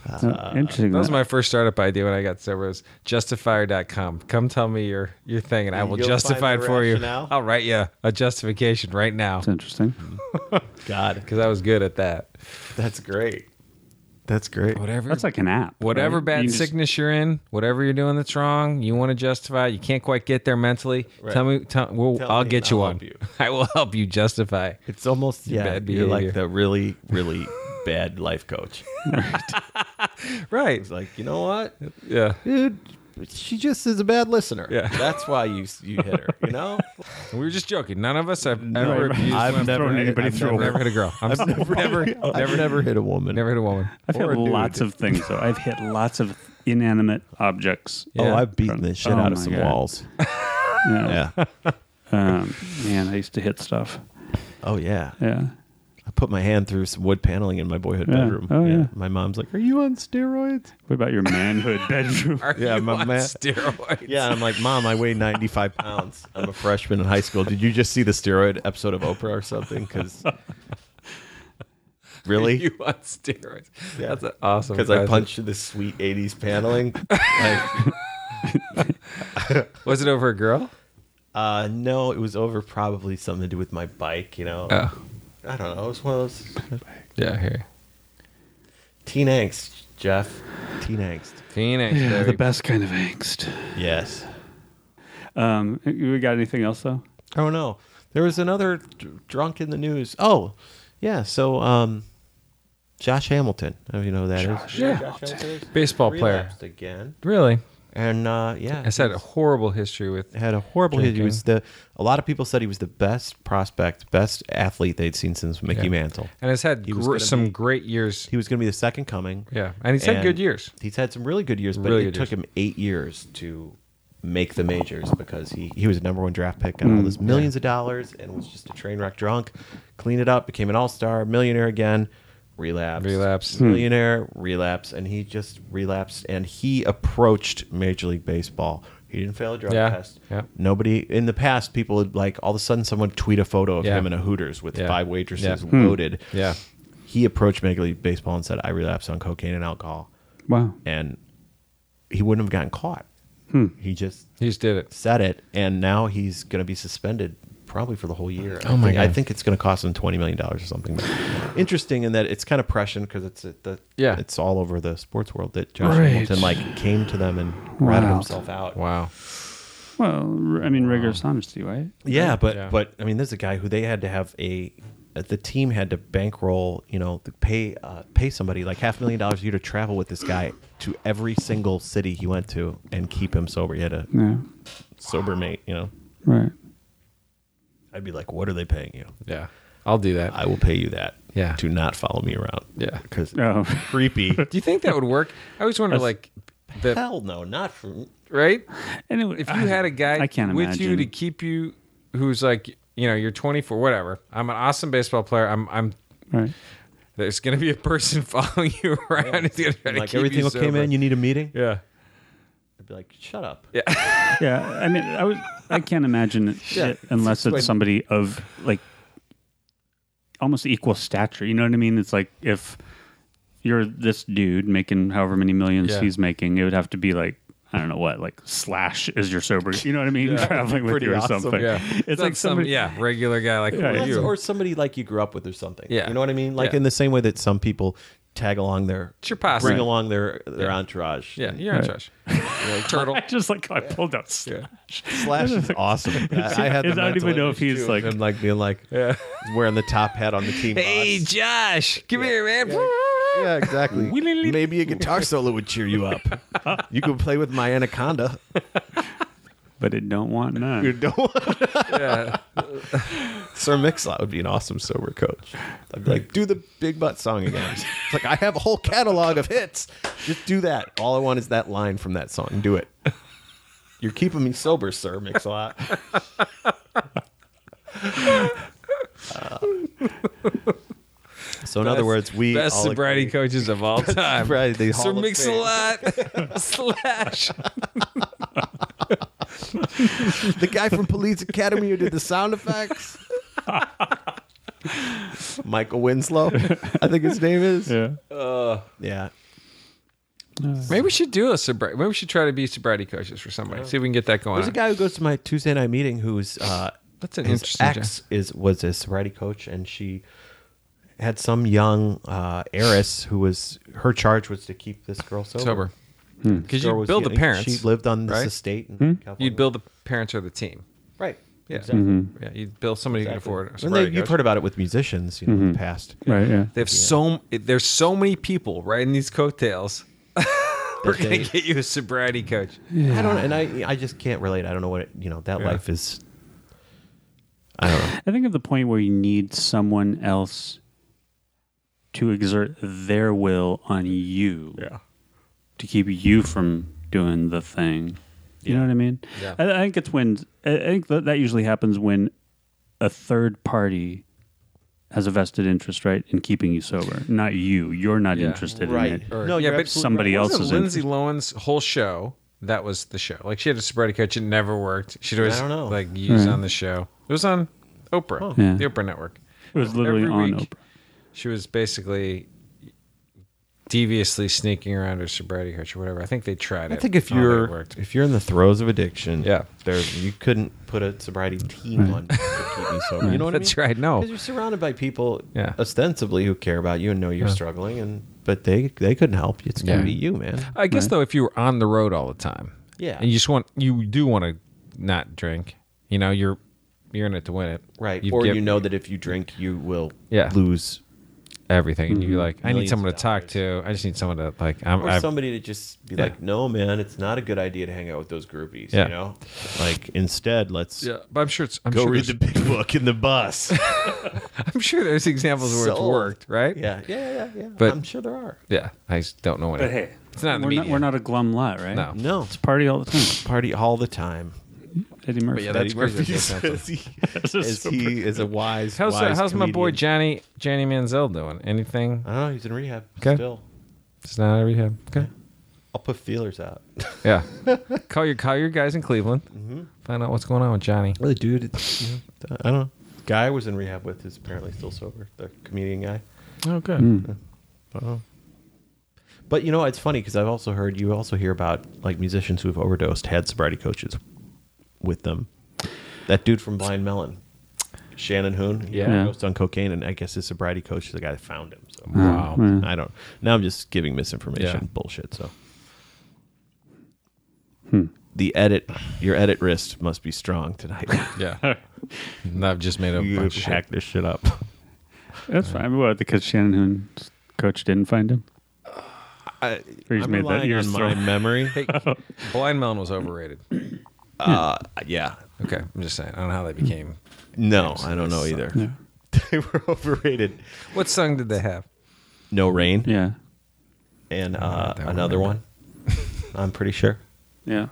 Speaker 3: Uh, interesting.
Speaker 4: That was
Speaker 3: that.
Speaker 4: my first startup idea when I got sober. Was justifier.com. Come tell me your your thing, and I will
Speaker 5: You'll
Speaker 4: justify
Speaker 5: find
Speaker 4: it
Speaker 5: the
Speaker 4: for
Speaker 5: rationale?
Speaker 4: you. I'll write you a justification right now
Speaker 3: That's interesting.
Speaker 5: God,
Speaker 4: because I was good at that.
Speaker 5: that's great. That's great.
Speaker 4: Whatever.
Speaker 3: That's like an app.
Speaker 4: Whatever
Speaker 3: right?
Speaker 4: bad
Speaker 3: You just-
Speaker 4: sickness you're in, whatever you're doing that's wrong, you want to justify. it, You can't quite get there mentally.
Speaker 5: Right.
Speaker 4: Tell me. Tell, we'll,
Speaker 5: Tell
Speaker 4: I'll
Speaker 5: me
Speaker 4: get
Speaker 5: and
Speaker 4: you
Speaker 5: I'll
Speaker 4: one.
Speaker 5: help you.
Speaker 4: I will help you justify.
Speaker 5: It's almost yeah.
Speaker 4: bad
Speaker 5: You're like
Speaker 4: behavior.
Speaker 5: the really really bad life coach.
Speaker 4: Right.
Speaker 5: It's like you know what,
Speaker 4: Yeah.
Speaker 5: dude. She just is a bad listener.
Speaker 4: Yeah.
Speaker 5: That's why you you hit her. You know,
Speaker 4: We were just joking. None of us have
Speaker 3: I've
Speaker 4: ever abused
Speaker 5: I've
Speaker 4: women.
Speaker 5: never-
Speaker 3: thrown anybody
Speaker 5: I've
Speaker 3: through a
Speaker 4: I've never
Speaker 3: wall.
Speaker 4: hit a girl. i have never, never,
Speaker 5: I've never hit a woman.
Speaker 4: never hit a woman.
Speaker 3: I've
Speaker 5: or
Speaker 3: hit
Speaker 5: a dude.
Speaker 3: lots of things though. I've hit lots of inanimate objects.
Speaker 4: Yeah.
Speaker 5: Oh, I've beaten the shit
Speaker 3: Oh
Speaker 5: out of
Speaker 3: my
Speaker 5: some
Speaker 3: God.
Speaker 5: walls.
Speaker 3: Yeah.
Speaker 5: Yeah.
Speaker 3: Um, man, I used to hit stuff.
Speaker 5: Oh yeah.
Speaker 3: Yeah.
Speaker 5: I put my hand through some wood paneling in my boyhood
Speaker 3: Yeah.
Speaker 5: bedroom.
Speaker 3: Oh, yeah.
Speaker 5: My mom's like, "Are you on steroids?"
Speaker 3: What about your manhood bedroom?
Speaker 4: Are
Speaker 5: Yeah,
Speaker 4: you
Speaker 5: my
Speaker 4: on
Speaker 5: ma-
Speaker 4: steroids?
Speaker 5: Yeah, and I'm like, "Mom, I weigh 95 pounds. I'm a freshman in high school. Did you just see the steroid episode of Oprah or something?" Because really,
Speaker 4: you on steroids?
Speaker 5: Yeah.
Speaker 4: That's an awesome.
Speaker 5: because I
Speaker 4: question.
Speaker 5: punched through this sweet 80s paneling. like,
Speaker 4: Was it over a girl?
Speaker 5: uh, no, it was over. Probably something to do with my bike. You know,
Speaker 4: Oh,
Speaker 5: I don't know. It was one of those
Speaker 4: yeah. Here,
Speaker 5: teen angst, Jeff. Teen angst.
Speaker 4: Phoenix.
Speaker 3: yeah,
Speaker 4: baby.
Speaker 3: the best kind of angst.
Speaker 5: Yes.
Speaker 3: Um, you got anything else though?
Speaker 5: Oh no, there was another d- drunk in the news. Oh, yeah. So, um, Josh Hamilton. I don't know who that is.
Speaker 4: Yeah. Baseball player.
Speaker 5: Relapsed again,
Speaker 4: Really?
Speaker 5: and uh, yeah,
Speaker 4: I said a horrible history with.
Speaker 5: had a horrible hit. He
Speaker 4: Drinking.
Speaker 5: was the. A lot of people said he was the best prospect, best athlete they'd seen since Mickey
Speaker 4: Yeah.
Speaker 5: Mantle.
Speaker 4: And has had
Speaker 5: He was
Speaker 4: gr-
Speaker 5: gonna
Speaker 4: some
Speaker 5: be-
Speaker 4: great years.
Speaker 5: He was going to be the second coming.
Speaker 4: Yeah, and he's had good
Speaker 5: And
Speaker 4: years.
Speaker 5: He's had some really good years, but
Speaker 4: Really
Speaker 5: it
Speaker 4: good
Speaker 5: took
Speaker 4: years.
Speaker 5: him eight years to make the majors because he, he was a number one draft pick, got all this millions of dollars, and was just a train wreck drunk. Cleaned it up, became an all star, millionaire again, relapse,
Speaker 4: Relapse. Hmm.
Speaker 5: millionaire, relapse, and he just relapsed. And he approached Major League Baseball. He didn't fail a drug
Speaker 4: Yeah,
Speaker 5: test.
Speaker 4: yeah.
Speaker 5: Nobody in the past, people would like all of a sudden someone would tweet a photo of
Speaker 4: Yeah.
Speaker 5: him in a Hooters with
Speaker 4: Yeah.
Speaker 5: five waitresses
Speaker 4: Yeah.
Speaker 5: loaded.
Speaker 4: Yeah.
Speaker 5: He approached Major League Baseball and said, "I relapsed on cocaine and alcohol."
Speaker 3: Wow.
Speaker 5: and he wouldn't have gotten caught. He just
Speaker 4: He just did it.
Speaker 5: said it, and now he's going to be suspended probably for the whole year.
Speaker 4: Oh, my
Speaker 5: I think, I
Speaker 4: God.
Speaker 5: think it's going to cost him twenty million dollars or something. But interesting in that it's kind of prescient because it's at the
Speaker 4: Yeah.
Speaker 5: it's all over the sports world that Josh
Speaker 4: Right.
Speaker 5: Hamilton like came to them and ratted
Speaker 3: Wow.
Speaker 5: himself out.
Speaker 4: Wow.
Speaker 3: Well, I mean, rigorous honesty, right?
Speaker 5: Yeah, but
Speaker 4: Yeah.
Speaker 5: but I mean, there's a guy who they had to have a uh, the team had to bankroll, you know, pay uh, pay somebody like half a million dollars a year to travel with this guy to every single city he went to and keep him sober. He had a
Speaker 3: Yeah,
Speaker 5: sober mate, you know.
Speaker 3: right.
Speaker 5: I'd be like, what are they paying you?
Speaker 4: Yeah. I'll do that.
Speaker 5: I will pay you that.
Speaker 4: Yeah.
Speaker 5: To not follow me around.
Speaker 4: Yeah.
Speaker 5: Because
Speaker 3: Oh,
Speaker 5: creepy.
Speaker 4: do you think that would work? I always wonder, like, the
Speaker 5: Hell no, not for
Speaker 4: right?
Speaker 3: anyway,
Speaker 4: If you had a guy
Speaker 3: I can't
Speaker 4: with you
Speaker 3: imagine.
Speaker 4: to keep you, who's like, you know, you're 24, whatever. I'm an awesome baseball player. I'm, I'm.
Speaker 3: right,
Speaker 4: There's gonna be a person following you around. who's gonna try to
Speaker 5: like
Speaker 4: keep you
Speaker 5: everything that came
Speaker 4: sober.
Speaker 5: in. You need a meeting.
Speaker 4: yeah.
Speaker 5: I'd be like, shut up.
Speaker 3: yeah. I mean, I was, I can't imagine it
Speaker 5: Yeah.
Speaker 3: unless it's somebody of like almost equal stature. You know what I mean? It's like if you're this dude making however many millions
Speaker 4: Yeah.
Speaker 3: he's making, it would have to be like. I don't know what, like Slash is your sober. You know what I mean? Traveling with
Speaker 5: Pretty
Speaker 3: you or
Speaker 5: awesome.
Speaker 3: something.
Speaker 4: Yeah.
Speaker 3: It's
Speaker 4: Not
Speaker 3: like somebody,
Speaker 4: some yeah regular guy like who
Speaker 3: Yeah,
Speaker 4: are
Speaker 5: Or-
Speaker 3: yeah.
Speaker 4: you.
Speaker 5: Or somebody like you grew up with or something.
Speaker 4: Yeah.
Speaker 5: You know what I mean? Like
Speaker 4: Yeah.
Speaker 5: in the same way that some people tag along their
Speaker 4: It's your pasta.
Speaker 5: bring along their their
Speaker 4: Yeah.
Speaker 5: entourage.
Speaker 4: Yeah,
Speaker 5: And
Speaker 4: you're in charge. Turtle.
Speaker 3: I just like I pulled out Slash.
Speaker 5: Slash is awesome. I, I had the
Speaker 3: I don't
Speaker 5: mental
Speaker 3: even know if
Speaker 5: image,
Speaker 3: he's,
Speaker 5: too,
Speaker 3: like-
Speaker 5: of him, like being like wearing the top hat on the team.
Speaker 4: Hey,
Speaker 5: bus.
Speaker 4: Josh, come here, man.
Speaker 5: yeah, exactly.
Speaker 4: Wee-lee-lee.
Speaker 5: Maybe a guitar solo would cheer you up. you could play with my anaconda.
Speaker 3: But it don't want none.
Speaker 5: Sir Mix-a-Lot would be an awesome sober coach. I'd be like, do the Big Butt song again. It's like I have a whole catalog of hits. Just do that. All I want is that line from that song. Do it. You're keeping me sober, Sir Mix-a-Lot. Uh, so in other words, we
Speaker 4: Best
Speaker 5: all
Speaker 4: sobriety
Speaker 5: agree-
Speaker 4: coaches of all time.
Speaker 5: sobriety, the
Speaker 4: Sir
Speaker 5: Hall of
Speaker 4: Mix a Lot slash.
Speaker 5: the guy from Police Academy who did the sound effects. Michael Winslow, I think his name is.
Speaker 3: Yeah.
Speaker 5: Yeah.
Speaker 4: Maybe we should do a sobriety. Maybe we should try to be sobriety coaches for somebody. See if we can get that going.
Speaker 5: There's a guy who goes to my Tuesday night meeting who's uh,
Speaker 4: That's an
Speaker 5: his
Speaker 4: interesting
Speaker 5: ex is was a sobriety coach, and she had some young uh, heiress who was her charge was to keep this girl sober.
Speaker 4: sober.
Speaker 5: Hmm. This
Speaker 4: Because
Speaker 5: girl
Speaker 4: you
Speaker 5: was
Speaker 4: build the
Speaker 5: getting-
Speaker 4: parents.
Speaker 5: She lived on this
Speaker 4: right? Hmm?
Speaker 5: estate in California.
Speaker 4: You'd build the parents or the team.
Speaker 5: right.
Speaker 4: Yeah.
Speaker 5: Exactly.
Speaker 4: Yeah. You'd build somebody
Speaker 5: Exactly.
Speaker 4: who can afford. a
Speaker 5: And they-
Speaker 4: sobriety
Speaker 5: you've
Speaker 4: coach. Mm-hmm.
Speaker 5: heard about it with musicians, you know, in the past.
Speaker 3: Right. Yeah.
Speaker 4: They have so there's so many people riding these coattails. We're gonna
Speaker 5: they-
Speaker 4: get you a sobriety coach.
Speaker 5: I don't, and I, I just can't relate. I don't know what it, you know. That
Speaker 4: Yeah.
Speaker 5: life is
Speaker 3: I think of the point where you need someone else to exert their will on you to keep you from doing the thing. You know what I mean?
Speaker 4: Yeah.
Speaker 3: I, I think it's when I I think that, that usually happens when a third party has a vested interest, right, in keeping you sober. Not you. You're not
Speaker 4: Yeah.
Speaker 3: interested in it.
Speaker 5: no,
Speaker 4: Yeah,
Speaker 5: you're
Speaker 4: but
Speaker 5: absolutely
Speaker 3: somebody
Speaker 5: right.
Speaker 3: else
Speaker 4: Wasn't
Speaker 3: is
Speaker 4: Lindsay Lohan's whole show. That was the show. Like she had a sobriety coach. It never worked. She'd always
Speaker 5: I don't know.
Speaker 4: like used on the show. It was on Oprah,
Speaker 3: Yeah.
Speaker 4: the Oprah Network.
Speaker 3: It was literally
Speaker 4: Every
Speaker 3: on
Speaker 4: week,
Speaker 3: Oprah.
Speaker 4: She was basically deviously sneaking around her sobriety coach or whatever. I think they tried it.
Speaker 5: I think if
Speaker 4: All that
Speaker 5: you're
Speaker 4: worked.
Speaker 5: if you're in the throes of addiction,
Speaker 4: Yeah.
Speaker 5: there you couldn't put a sobriety team on to keep you sober. You know what
Speaker 4: That's
Speaker 5: I mean?
Speaker 4: right, no.
Speaker 5: because you're surrounded by people
Speaker 4: Yeah.
Speaker 5: ostensibly who care about you and know you're struggling, and but they they couldn't help you. It's gonna
Speaker 4: Yeah.
Speaker 5: be you, man.
Speaker 4: I guess though, if you were on the road all the time,
Speaker 5: Yeah.
Speaker 4: and you just want you do want to not drink, you know, you're you're in it to win it,
Speaker 5: Right,
Speaker 4: You've
Speaker 5: or
Speaker 4: given
Speaker 5: you know that if you drink, you will
Speaker 4: Yeah.
Speaker 5: lose,
Speaker 4: everything, and
Speaker 3: Mm-hmm.
Speaker 4: you're like, I need
Speaker 5: Millions
Speaker 4: someone to
Speaker 5: of
Speaker 4: talk to. I just need someone to like. I'm,
Speaker 5: or
Speaker 4: I've,
Speaker 5: somebody to just be
Speaker 4: Yeah.
Speaker 5: like, "No, man, it's not a good idea to hang out with those groupies."
Speaker 4: Yeah.
Speaker 5: You know, like instead, let's
Speaker 4: yeah, but I'm sure it's. I'm
Speaker 5: go
Speaker 4: sure,
Speaker 5: read
Speaker 4: there's,
Speaker 5: the big book in the bus.
Speaker 4: I'm sure there's examples where it's
Speaker 5: Sold.
Speaker 4: worked, right?
Speaker 5: yeah, yeah, yeah, yeah.
Speaker 4: But-
Speaker 5: I'm sure there are.
Speaker 4: yeah. I just don't know what. But
Speaker 3: hey,
Speaker 4: it's not in the
Speaker 3: We're not,
Speaker 4: media.
Speaker 3: we're not a glum lot, right?
Speaker 4: No.
Speaker 5: No,
Speaker 3: It's party all the time.
Speaker 5: party all the time.
Speaker 3: Eddie Murphy.
Speaker 4: yeah, that's crazy.
Speaker 5: Murphy
Speaker 4: That's something.
Speaker 5: says he, is he is a wise.
Speaker 4: How's uh,
Speaker 5: wise
Speaker 4: how's my boy
Speaker 5: comedian.
Speaker 4: Johnny Johnny Manziel doing? Anything?
Speaker 5: I don't know. He's in rehab
Speaker 4: Okay.
Speaker 5: still.
Speaker 4: It's not a rehab. Okay.
Speaker 5: I'll put feelers out.
Speaker 4: Yeah. call your call your guys in Cleveland.
Speaker 5: Mm-hmm.
Speaker 4: Find out what's going on with Johnny.
Speaker 5: Really, dude. I don't know. Guy I was in rehab with is apparently still sober. The comedian guy.
Speaker 4: Oh, good.
Speaker 5: I don't know. But you know, it's funny because I've also heard you also hear about like musicians who've overdosed had sobriety coaches with them. That dude from Blind Melon, Shannon Hoon, he
Speaker 4: Yeah.
Speaker 5: overdosed on cocaine, and I guess his sobriety coach is the guy that found him. So
Speaker 4: Wow.
Speaker 5: I don't. Now I'm just giving misinformation,
Speaker 4: Yeah.
Speaker 5: bullshit. So. The edit, your edit wrist must be strong tonight.
Speaker 4: Yeah. And I've just made up a
Speaker 5: you
Speaker 4: bunch of shit.
Speaker 5: hack this shit up.
Speaker 3: That's fine. What, because Shannon Hoon's coach didn't find him?
Speaker 5: I,
Speaker 3: Or you just
Speaker 5: I'm
Speaker 3: made that
Speaker 5: relying
Speaker 3: you're
Speaker 5: on
Speaker 3: just
Speaker 5: my
Speaker 3: throwing-
Speaker 5: memory.
Speaker 4: Hey, Blind Melon was overrated.
Speaker 5: Uh, yeah,
Speaker 4: Okay, I'm just saying. I don't know how they became.
Speaker 5: no, I don't know either. they were overrated.
Speaker 4: What song did they have?
Speaker 5: No rain
Speaker 3: Yeah.
Speaker 5: and uh,
Speaker 4: that one
Speaker 5: another one. I'm pretty sure.
Speaker 3: Yeah.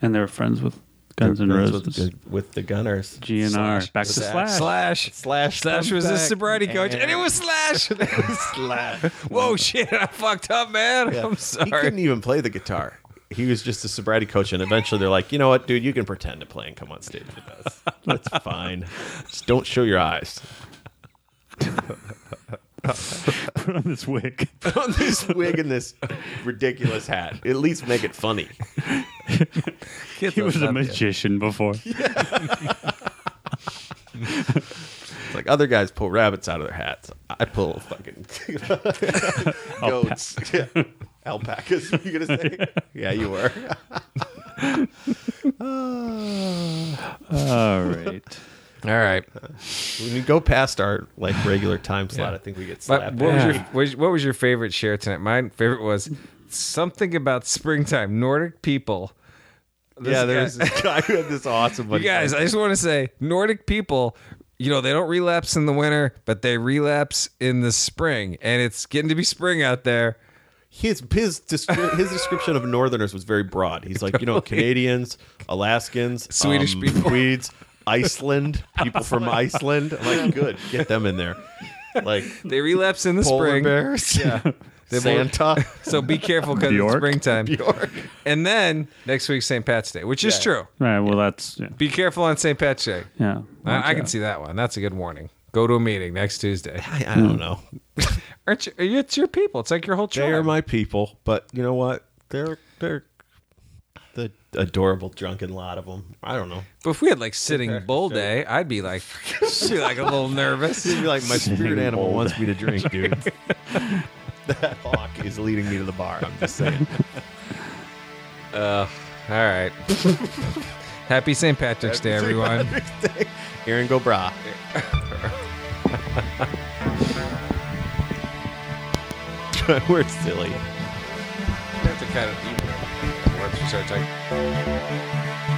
Speaker 3: And they were friends with Guns N'
Speaker 5: Friends
Speaker 3: Roses.
Speaker 5: with the, with the Gunners.
Speaker 3: GNR. Back to Slash.
Speaker 4: Slash.
Speaker 5: Slash
Speaker 4: Slash was his
Speaker 5: comeback.
Speaker 4: sobriety coach, and it was Slash.
Speaker 5: Slash.
Speaker 4: Whoa, shit! I fucked up, man. I'm
Speaker 5: He
Speaker 4: sorry.
Speaker 5: couldn't even play the guitar. He was just a sobriety coach, and eventually they're like, you know what, dude, you can pretend to play and come on stage with us. That's fine. Just don't show your eyes.
Speaker 3: Put on this wig.
Speaker 5: Put on this wig and this ridiculous hat. At least make it funny.
Speaker 4: Get
Speaker 3: He
Speaker 4: the
Speaker 3: was a
Speaker 4: fuck-
Speaker 3: magician before.
Speaker 5: It's like other guys pull rabbits out of their hats. I pull fucking goats, Yeah. alpacas. Were you gonna say? Yeah, you were.
Speaker 3: All right.
Speaker 4: All right.
Speaker 5: When we go past our like regular time slot,
Speaker 4: Yeah.
Speaker 5: I think we get
Speaker 4: But
Speaker 5: slapped.
Speaker 4: what was, your,
Speaker 3: Yeah.
Speaker 4: what was- what was your favorite share tonight? My favorite was something about springtime, Nordic people. This
Speaker 5: yeah,
Speaker 4: guy-
Speaker 5: there was this guy who had this awesome one.
Speaker 4: You guys, I just want to say Nordic people, you know, they don't relapse in the winter, but they relapse in the spring. And it's getting to be spring out there.
Speaker 5: his his descri- his description of Northerners was very broad. He's like, you know, Canadians, Alaskans, um,
Speaker 4: Swedish people.
Speaker 5: Swedes, Iceland, people from Iceland. I'm like, good, get them in there. Like
Speaker 4: They relapse in the
Speaker 5: polar
Speaker 4: spring.
Speaker 5: bears, yeah,
Speaker 4: both-
Speaker 5: Santa.
Speaker 4: So be careful because it's
Speaker 3: Bjork?
Speaker 4: springtime.
Speaker 5: York.
Speaker 4: And then next week's St. Pat's Day, which is true.
Speaker 3: All right. Well, that's. Yeah.
Speaker 4: Be careful on St. Pat's Day.
Speaker 3: yeah.
Speaker 4: I, I can see that one. That's a good warning. Go to a meeting next Tuesday.
Speaker 5: I, I don't know.
Speaker 4: Aren't you? It's your people. It's like your whole
Speaker 5: They are
Speaker 4: tribe.
Speaker 5: my people, but you know what? They're they're the adorable drunken lot of them. I don't know.
Speaker 4: but if we had like sitting bull day, I'd be like, I'd be like a little nervous.
Speaker 5: You're like my spirit animal wants me to drink, dude. that hawk is leading me to the bar. I'm just saying.
Speaker 4: All right. Happy St. Patrick's Day, everyone.
Speaker 5: Aaron go bra. We're silly.
Speaker 4: have to kind of eat. Once we start talking.